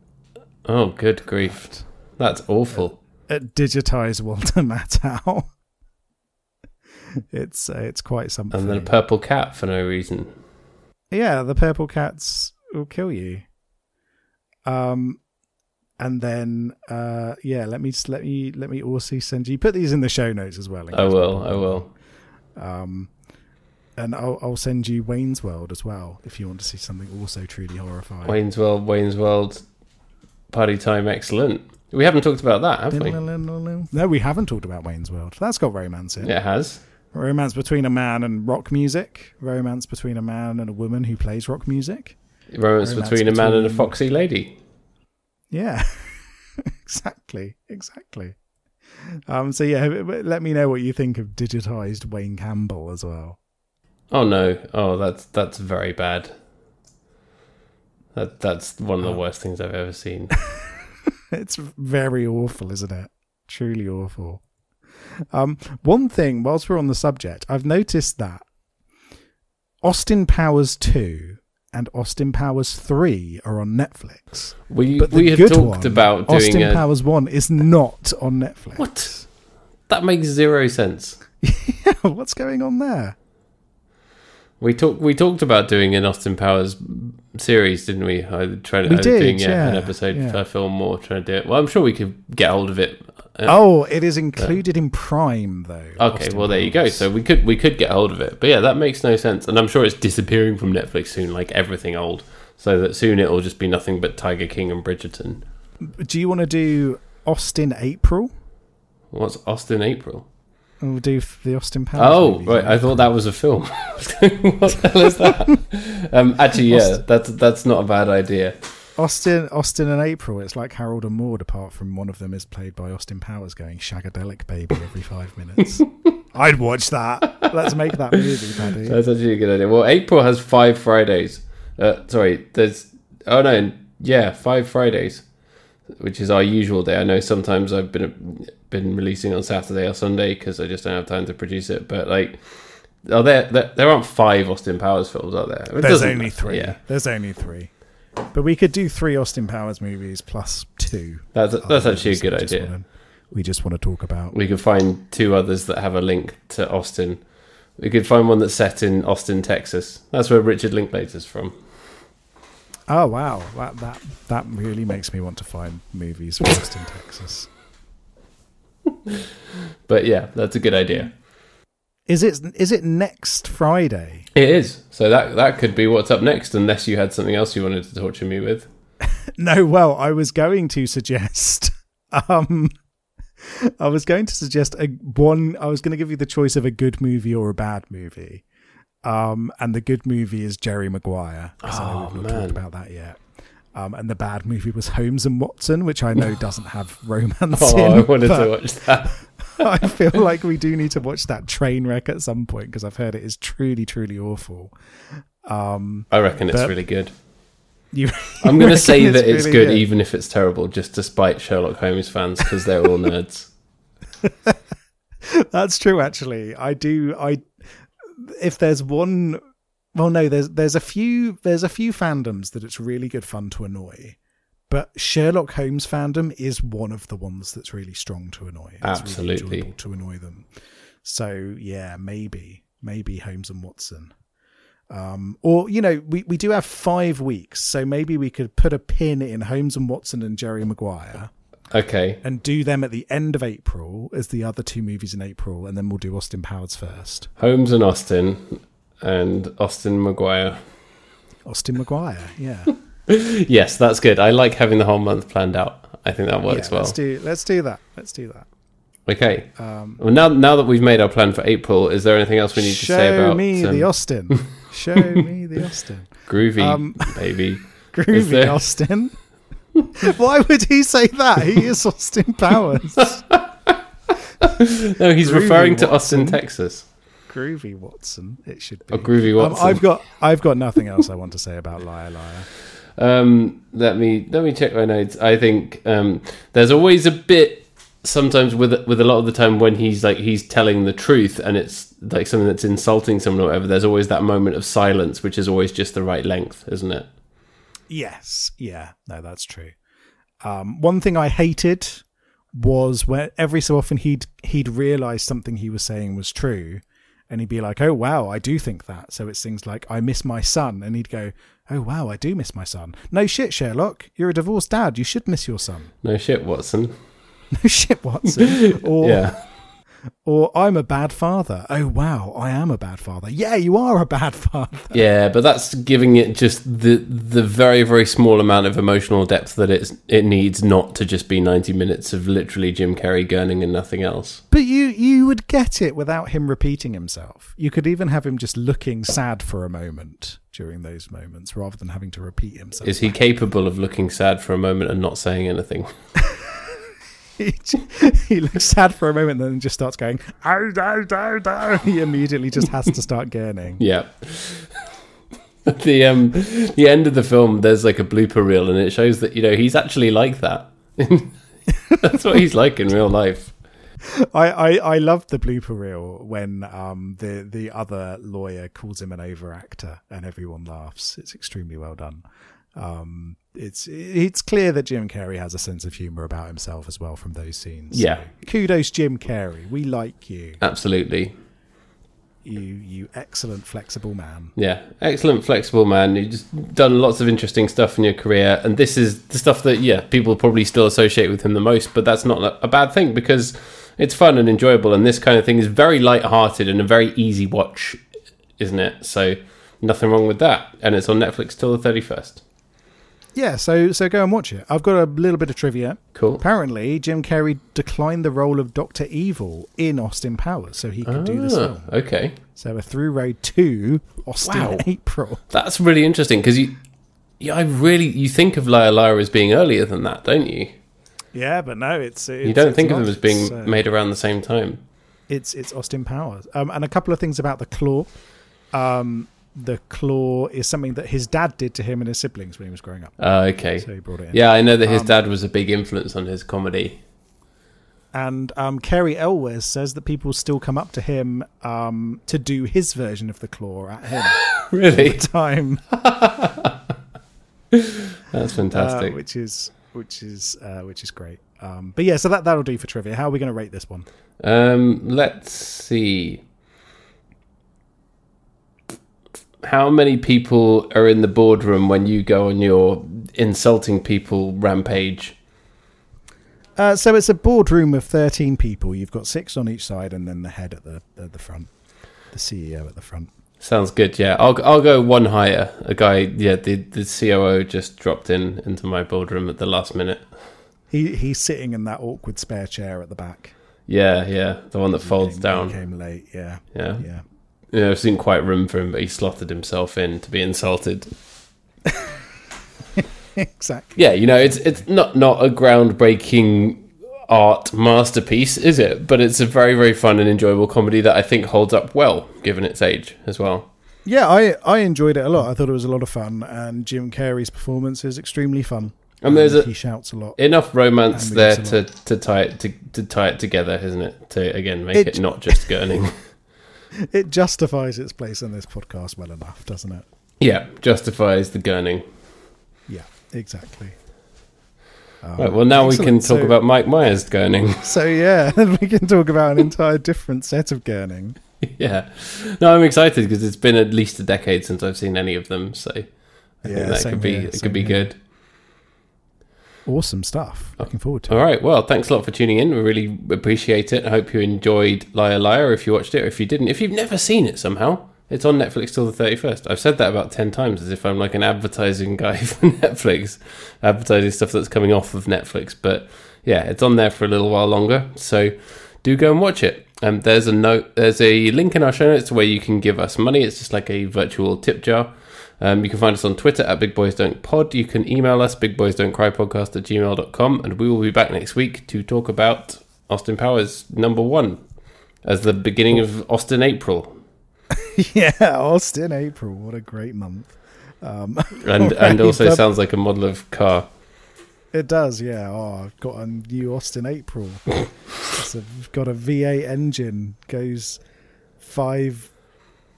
[SPEAKER 2] Oh, good grief! That's awful.
[SPEAKER 3] at digitized Walter Matthau. [LAUGHS] it's uh, it's quite something.
[SPEAKER 2] And then a purple cat for no reason.
[SPEAKER 3] yeah, the purple cats will kill you. Um, and then uh, yeah, let me just let me let me also send you. Put these in the show notes as well. in
[SPEAKER 2] I
[SPEAKER 3] case
[SPEAKER 2] will. I will.
[SPEAKER 3] Um, and I'll, I'll send you Wayne's World as well if you want to see something also truly horrifying.
[SPEAKER 2] Wayne's World, Wayne's World, Party Time, excellent. We haven't talked about that, have we?
[SPEAKER 3] No, we haven't talked about Wayne's World. That's got romance in it.
[SPEAKER 2] It has.
[SPEAKER 3] Romance between a man and rock music. Romance between a man and a woman who plays rock music.
[SPEAKER 2] Romance,
[SPEAKER 3] Romance
[SPEAKER 2] between a man and a
[SPEAKER 3] between-
[SPEAKER 2] foxy lady.
[SPEAKER 3] Yeah, [LAUGHS] exactly, exactly. Um, so yeah, w- w- let me know what you think of digitized Wayne Campbell as well. [LAUGHS]
[SPEAKER 2] Oh no! Oh, that's that's very bad. That that's one of
[SPEAKER 3] Ah.
[SPEAKER 2] the worst things I've ever seen. [LAUGHS]
[SPEAKER 3] It's very awful, isn't it? Truly awful. Um, one thing, whilst we're on the subject, I've noticed that Austin Powers two and Austin Powers three are on Netflix,
[SPEAKER 2] We
[SPEAKER 3] but the
[SPEAKER 2] we had
[SPEAKER 3] good
[SPEAKER 2] talked
[SPEAKER 3] one,
[SPEAKER 2] about doing
[SPEAKER 3] Austin
[SPEAKER 2] a
[SPEAKER 3] Powers one is not on Netflix.
[SPEAKER 2] what? That makes zero sense.
[SPEAKER 3] [LAUGHS] What's going on there?
[SPEAKER 2] We talked we talked about doing an Austin Powers series, didn't we? I tried
[SPEAKER 3] We
[SPEAKER 2] I was
[SPEAKER 3] did,
[SPEAKER 2] doing an
[SPEAKER 3] yeah,
[SPEAKER 2] episode
[SPEAKER 3] yeah.
[SPEAKER 2] per film more trying to do it. Well, I'm sure we could get hold of it. Uh,
[SPEAKER 3] Oh, it is included in Prime though.
[SPEAKER 2] okay,
[SPEAKER 3] Austin
[SPEAKER 2] well there you go.
[SPEAKER 3] Powers.
[SPEAKER 2] So we could we could get hold of it. But yeah, that makes no sense. And I'm sure it's disappearing from Netflix soon, like everything old. So that soon it'll just be nothing but Tiger King and Bridgerton.
[SPEAKER 3] do you want to do Austin April?
[SPEAKER 2] What's Austin April?
[SPEAKER 3] And we'll do f- the Austin Powers.
[SPEAKER 2] Oh,
[SPEAKER 3] movies.
[SPEAKER 2] right. I thought that was a film. [LAUGHS] what the hell is
[SPEAKER 3] [LAUGHS]
[SPEAKER 2] that? um, actually, yeah, that's that's not a bad idea.
[SPEAKER 3] Austin, Austin and April. It's like Harold and Maude, apart from one of them is played by Austin Powers, going shagadelic baby every five
[SPEAKER 2] [LAUGHS]
[SPEAKER 3] minutes. I'd watch that. Let's make that movie, Paddy.
[SPEAKER 2] That's actually a good idea. Well, April has five Fridays. Uh, sorry, there's oh no, yeah, five Fridays, which is our usual day. I know sometimes I've been been releasing on Saturday or Sunday because I just don't have time to produce it. But like, are there there, there aren't five Austin Powers films out there? It
[SPEAKER 3] There's
[SPEAKER 2] doesn't
[SPEAKER 3] only
[SPEAKER 2] matter,
[SPEAKER 3] three.
[SPEAKER 2] Yeah,
[SPEAKER 3] There's only three. But we could do three Austin Powers movies plus two.
[SPEAKER 2] that's that's
[SPEAKER 3] other
[SPEAKER 2] actually a
[SPEAKER 3] movies
[SPEAKER 2] good
[SPEAKER 3] we Oh, just
[SPEAKER 2] idea.
[SPEAKER 3] wanna- we just want to talk about.
[SPEAKER 2] We could find two others that have a link to Austin. We could find one that's set in Austin, Texas. That's where Richard Linklater's from.
[SPEAKER 3] Oh wow, that that that really makes me want to find movies from Austin, Texas.
[SPEAKER 2] But yeah, that's a good idea.
[SPEAKER 3] Is it is it next Friday? [LAUGHS]
[SPEAKER 2] It is. So that that could be what's up next, unless you had something else you wanted to torture me
[SPEAKER 3] [LAUGHS]
[SPEAKER 2] with.
[SPEAKER 3] No, well, I was going to suggest [LAUGHS] um I was going to suggest a one I was going to give you the choice of a good movie or a bad movie. Um and the good movie is Jerry Maguire. 'cause I know
[SPEAKER 2] Oh,
[SPEAKER 3] we've not
[SPEAKER 2] man.
[SPEAKER 3] talked about that yet. Um, and the bad movie was Holmes and Watson, which
[SPEAKER 2] [LAUGHS]
[SPEAKER 3] I know doesn't have romance.
[SPEAKER 2] Oh,
[SPEAKER 3] in,
[SPEAKER 2] I wanted
[SPEAKER 3] but-
[SPEAKER 2] to watch that.
[SPEAKER 3] [LAUGHS] I feel like we do need to watch that train wreck at some point because I've heard it is truly, truly awful.
[SPEAKER 2] I reckon it's
[SPEAKER 3] But-
[SPEAKER 2] really good.
[SPEAKER 3] You,
[SPEAKER 2] I'm going
[SPEAKER 3] you
[SPEAKER 2] to
[SPEAKER 3] [LAUGHS] reckon
[SPEAKER 2] say that it's
[SPEAKER 3] really
[SPEAKER 2] good, even if it's terrible, just to spite Sherlock Holmes fans because they're all nerds. [LAUGHS]
[SPEAKER 3] That's true. Actually, I do. I if there's one, well, no, there's there's a few there's a few fandoms that it's really good fun to annoy, but Sherlock Holmes fandom is one of the ones that's really strong to annoy. It's really
[SPEAKER 2] Absolutely.
[SPEAKER 3] enjoyable to annoy them. So yeah, maybe maybe Holmes and Watson. Um, or you know, we, we do have five weeks, so maybe we could put a pin in Holmes and Watson and Jerry Maguire
[SPEAKER 2] Okay.
[SPEAKER 3] and do them at the end of April as the other two movies in April, and then we'll do Austin Powers first.
[SPEAKER 2] Holmes and Austin and Austin Maguire. [LAUGHS]
[SPEAKER 3] Austin Maguire, yeah.
[SPEAKER 2] Yes, that's good. I like having the whole month planned out. I think that works
[SPEAKER 3] yeah
[SPEAKER 2] well.
[SPEAKER 3] Let's do let's do that. Let's do that.
[SPEAKER 2] okay. well, now now that we've made our plan for April, is there anything else we need to
[SPEAKER 3] Um, Show
[SPEAKER 2] say about
[SPEAKER 3] me the
[SPEAKER 2] um,
[SPEAKER 3] Austin.
[SPEAKER 2] [LAUGHS]
[SPEAKER 3] Show me the Austin.
[SPEAKER 2] groovy
[SPEAKER 3] um,
[SPEAKER 2] baby? Is
[SPEAKER 3] [LAUGHS] Groovy
[SPEAKER 2] there-
[SPEAKER 3] Austin. [LAUGHS] Why would he say that? He
[SPEAKER 2] [LAUGHS]
[SPEAKER 3] is Austin Powers.
[SPEAKER 2] No, he's
[SPEAKER 3] Groovy
[SPEAKER 2] referring to Austin,
[SPEAKER 3] Watson.
[SPEAKER 2] Texas.
[SPEAKER 3] Groovy Watson, it should be.
[SPEAKER 2] Oh, Groovy
[SPEAKER 3] Um,
[SPEAKER 2] Watson.
[SPEAKER 3] I've got I've got nothing else I want to say about Liar Liar.
[SPEAKER 2] Um, let me let me check my notes. I think um, there's always a bit sometimes with with a lot of the time when he's like he's telling the truth and it's like something that's insulting someone or whatever. There's always that moment of silence, which is always just the right length, isn't it?
[SPEAKER 3] Yes. Yeah. No, that's true. Um, one thing I hated was where every so often he'd he'd realize something he was saying was true, and he'd be like, "Oh wow, I do think that." So it's things like, "I miss my son," and he'd go, "Oh wow, I do miss my son." No shit, Sherlock. You're a divorced dad. You should miss your son. [LAUGHS]
[SPEAKER 2] No shit, Watson.
[SPEAKER 3] No shit, Watson. Or
[SPEAKER 2] Yeah,
[SPEAKER 3] Or I'm a bad father. Oh wow, I am a bad father. Yeah, you are a bad [LAUGHS] father.
[SPEAKER 2] Yeah, but that's giving it just the the very very small amount of emotional depth that it's it needs not to just be 90 minutes of literally Jim Carrey gurning and nothing else.
[SPEAKER 3] But you you would get it without him repeating himself. You could even have him just looking sad for a moment during those moments rather than having to repeat himself.
[SPEAKER 2] Is he capable of looking sad for a moment and not saying anything? [LAUGHS]
[SPEAKER 3] he, [LAUGHS] he looks sad for a moment and then just starts going, ow, ow, ow, ow. He immediately just has to start gurning.
[SPEAKER 2] Yeah. [LAUGHS] the um the end of the film there's like a blooper reel and it shows that you know he's actually like that. [LAUGHS] That's what he's like in real life.
[SPEAKER 3] I, I, I loved the blooper reel when um the, the other lawyer calls him an overactor and everyone laughs. It's extremely well done. Um, it's it's clear that Jim Carrey has a sense of humor about himself as well from those scenes.
[SPEAKER 2] Yeah.
[SPEAKER 3] kudos Jim Carrey. We like you.
[SPEAKER 2] Absolutely.
[SPEAKER 3] You you excellent flexible man.
[SPEAKER 2] Yeah, excellent, flexible man. You've just done lots of interesting stuff in your career, and this is the stuff that yeah people probably still associate with him the most. But that's not a- a bad thing because it's fun and enjoyable, and this kind of thing is very light-hearted and a very easy watch, isn't it? So nothing wrong with that, and it's on Netflix till the thirty-first.
[SPEAKER 3] Yeah, so so go and watch it. I've got a little bit of trivia.
[SPEAKER 2] Cool.
[SPEAKER 3] Apparently, Jim Carrey declined the role of Doctor Evil in Austin Powers, so he could do this
[SPEAKER 2] Ah,
[SPEAKER 3] film.
[SPEAKER 2] okay,
[SPEAKER 3] So we're through road two, Austin
[SPEAKER 2] Wow.
[SPEAKER 3] [LAUGHS] April.
[SPEAKER 2] that's really interesting because you, yeah, I really you think of Liar Liar as being earlier than that, don't you?
[SPEAKER 3] Yeah, but no, it's, it's
[SPEAKER 2] You don't
[SPEAKER 3] it's
[SPEAKER 2] think of
[SPEAKER 3] not.
[SPEAKER 2] them as being
[SPEAKER 3] It's, uh,
[SPEAKER 2] made around the same time.
[SPEAKER 3] it's it's Austin Powers. Um, and a couple of things about the claw. Um, the claw is something that his dad did to him and his siblings when he was growing up.
[SPEAKER 2] Ah, okay.
[SPEAKER 3] So he brought it in.
[SPEAKER 2] Yeah, I know that his
[SPEAKER 3] Um,
[SPEAKER 2] dad was a big influence on his
[SPEAKER 3] [LAUGHS]
[SPEAKER 2] comedy.
[SPEAKER 3] And um, Kerry Elwes says that people still come up to him um, to do his version of the claw
[SPEAKER 2] [GASPS]
[SPEAKER 3] at him
[SPEAKER 2] Really?
[SPEAKER 3] time,
[SPEAKER 2] [LAUGHS] That's
[SPEAKER 3] uh,
[SPEAKER 2] fantastic.
[SPEAKER 3] which is which is uh, which is great. Um, but yeah, so that that'll do for trivia. How are we going to rate this one?
[SPEAKER 2] um, let's see. How many people are in the boardroom when you go on your insulting people rampage?
[SPEAKER 3] Uh, so it's a boardroom of 13 people. You've got six on each side and then the head at the at the front, the CEO at the front.
[SPEAKER 2] Sounds good. Yeah, I'll I'll go one higher. A guy, yeah, the the COO just dropped in into my boardroom at the last minute.
[SPEAKER 3] He he's sitting in that awkward spare chair at the back.
[SPEAKER 2] Yeah, yeah, the one that folds
[SPEAKER 3] Came-
[SPEAKER 2] down.
[SPEAKER 3] Came late, yeah.
[SPEAKER 2] Yeah,
[SPEAKER 3] Yeah. [LAUGHS]
[SPEAKER 2] yeah. I've seen quite room for him, but he slotted himself in to be insulted.
[SPEAKER 3] Exactly.
[SPEAKER 2] yeah, you know, it's it's not not a groundbreaking art masterpiece, is it? But it's a very very fun and enjoyable comedy that I think holds up well given its age as well.
[SPEAKER 3] Yeah, I I enjoyed it a lot. I thought it was a lot of fun and Jim Carrey's performance is extremely fun.
[SPEAKER 2] And there's a-
[SPEAKER 3] he shouts a lot.
[SPEAKER 2] Enough romance
[SPEAKER 3] And we
[SPEAKER 2] there
[SPEAKER 3] get
[SPEAKER 2] to,
[SPEAKER 3] some
[SPEAKER 2] to tie it to, to tie it together, isn't it? To again make it,
[SPEAKER 3] It-
[SPEAKER 2] not just gurning. [LAUGHS]
[SPEAKER 3] It justifies its place in this podcast well enough, doesn't it?
[SPEAKER 2] yeah, justifies the gurning.
[SPEAKER 3] Yeah, exactly.
[SPEAKER 2] right, well now we can
[SPEAKER 3] Oh, excellent.
[SPEAKER 2] talk
[SPEAKER 3] So-
[SPEAKER 2] about Mike Myers gurning. [LAUGHS]
[SPEAKER 3] So yeah, [LAUGHS] we can talk about an entire different set of gurning.
[SPEAKER 2] yeah. No, I'm excited because it's been at least a decade since I've seen any of them, so I
[SPEAKER 3] Yeah,
[SPEAKER 2] think that
[SPEAKER 3] same
[SPEAKER 2] could be
[SPEAKER 3] here,
[SPEAKER 2] it
[SPEAKER 3] same
[SPEAKER 2] could be
[SPEAKER 3] here.
[SPEAKER 2] good.
[SPEAKER 3] Awesome stuff. Looking forward to it.
[SPEAKER 2] All right. Well, thanks a lot for tuning in. We really appreciate it. I hope you enjoyed Liar Liar if you watched it or if you didn't. If you've never seen it somehow, it's on Netflix till the 31st. I've said that about 10 times as if I'm like an advertising [LAUGHS] guy for Netflix, advertising stuff that's coming off of Netflix. But yeah, it's on there for a little while longer. So do go and watch it. Um, there's a note, there's a link in our show notes where you can give us money. It's just like a virtual tip jar. Um, you can find us on Twitter at Big Boys Don't Pod. You can email us, bigboysdon'tcrypodcast at gmail.com. And we will be back next week to talk about Austin Powers number one as the beginning of Austin April.
[SPEAKER 3] [LAUGHS] yeah, Austin April. What a great month.
[SPEAKER 2] And, and also
[SPEAKER 3] Alright,
[SPEAKER 2] sounds like a model of car.
[SPEAKER 3] It does, yeah. Oh, I've got a new Austin April. it's a, got a V8 engine, goes five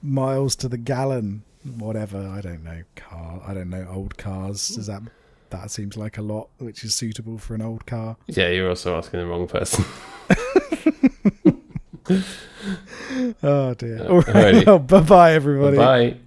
[SPEAKER 3] miles to the gallon, whatever. I don't know. Car. I don't know. Old cars. Is that that seems like a lot, which is suitable for an old car.
[SPEAKER 2] Yeah, you're also asking the wrong person.
[SPEAKER 3] Oh dear.
[SPEAKER 2] Uh,
[SPEAKER 3] All right.
[SPEAKER 2] alrighty.
[SPEAKER 3] [LAUGHS] Well, bye bye Oh, everybody.
[SPEAKER 2] Bye.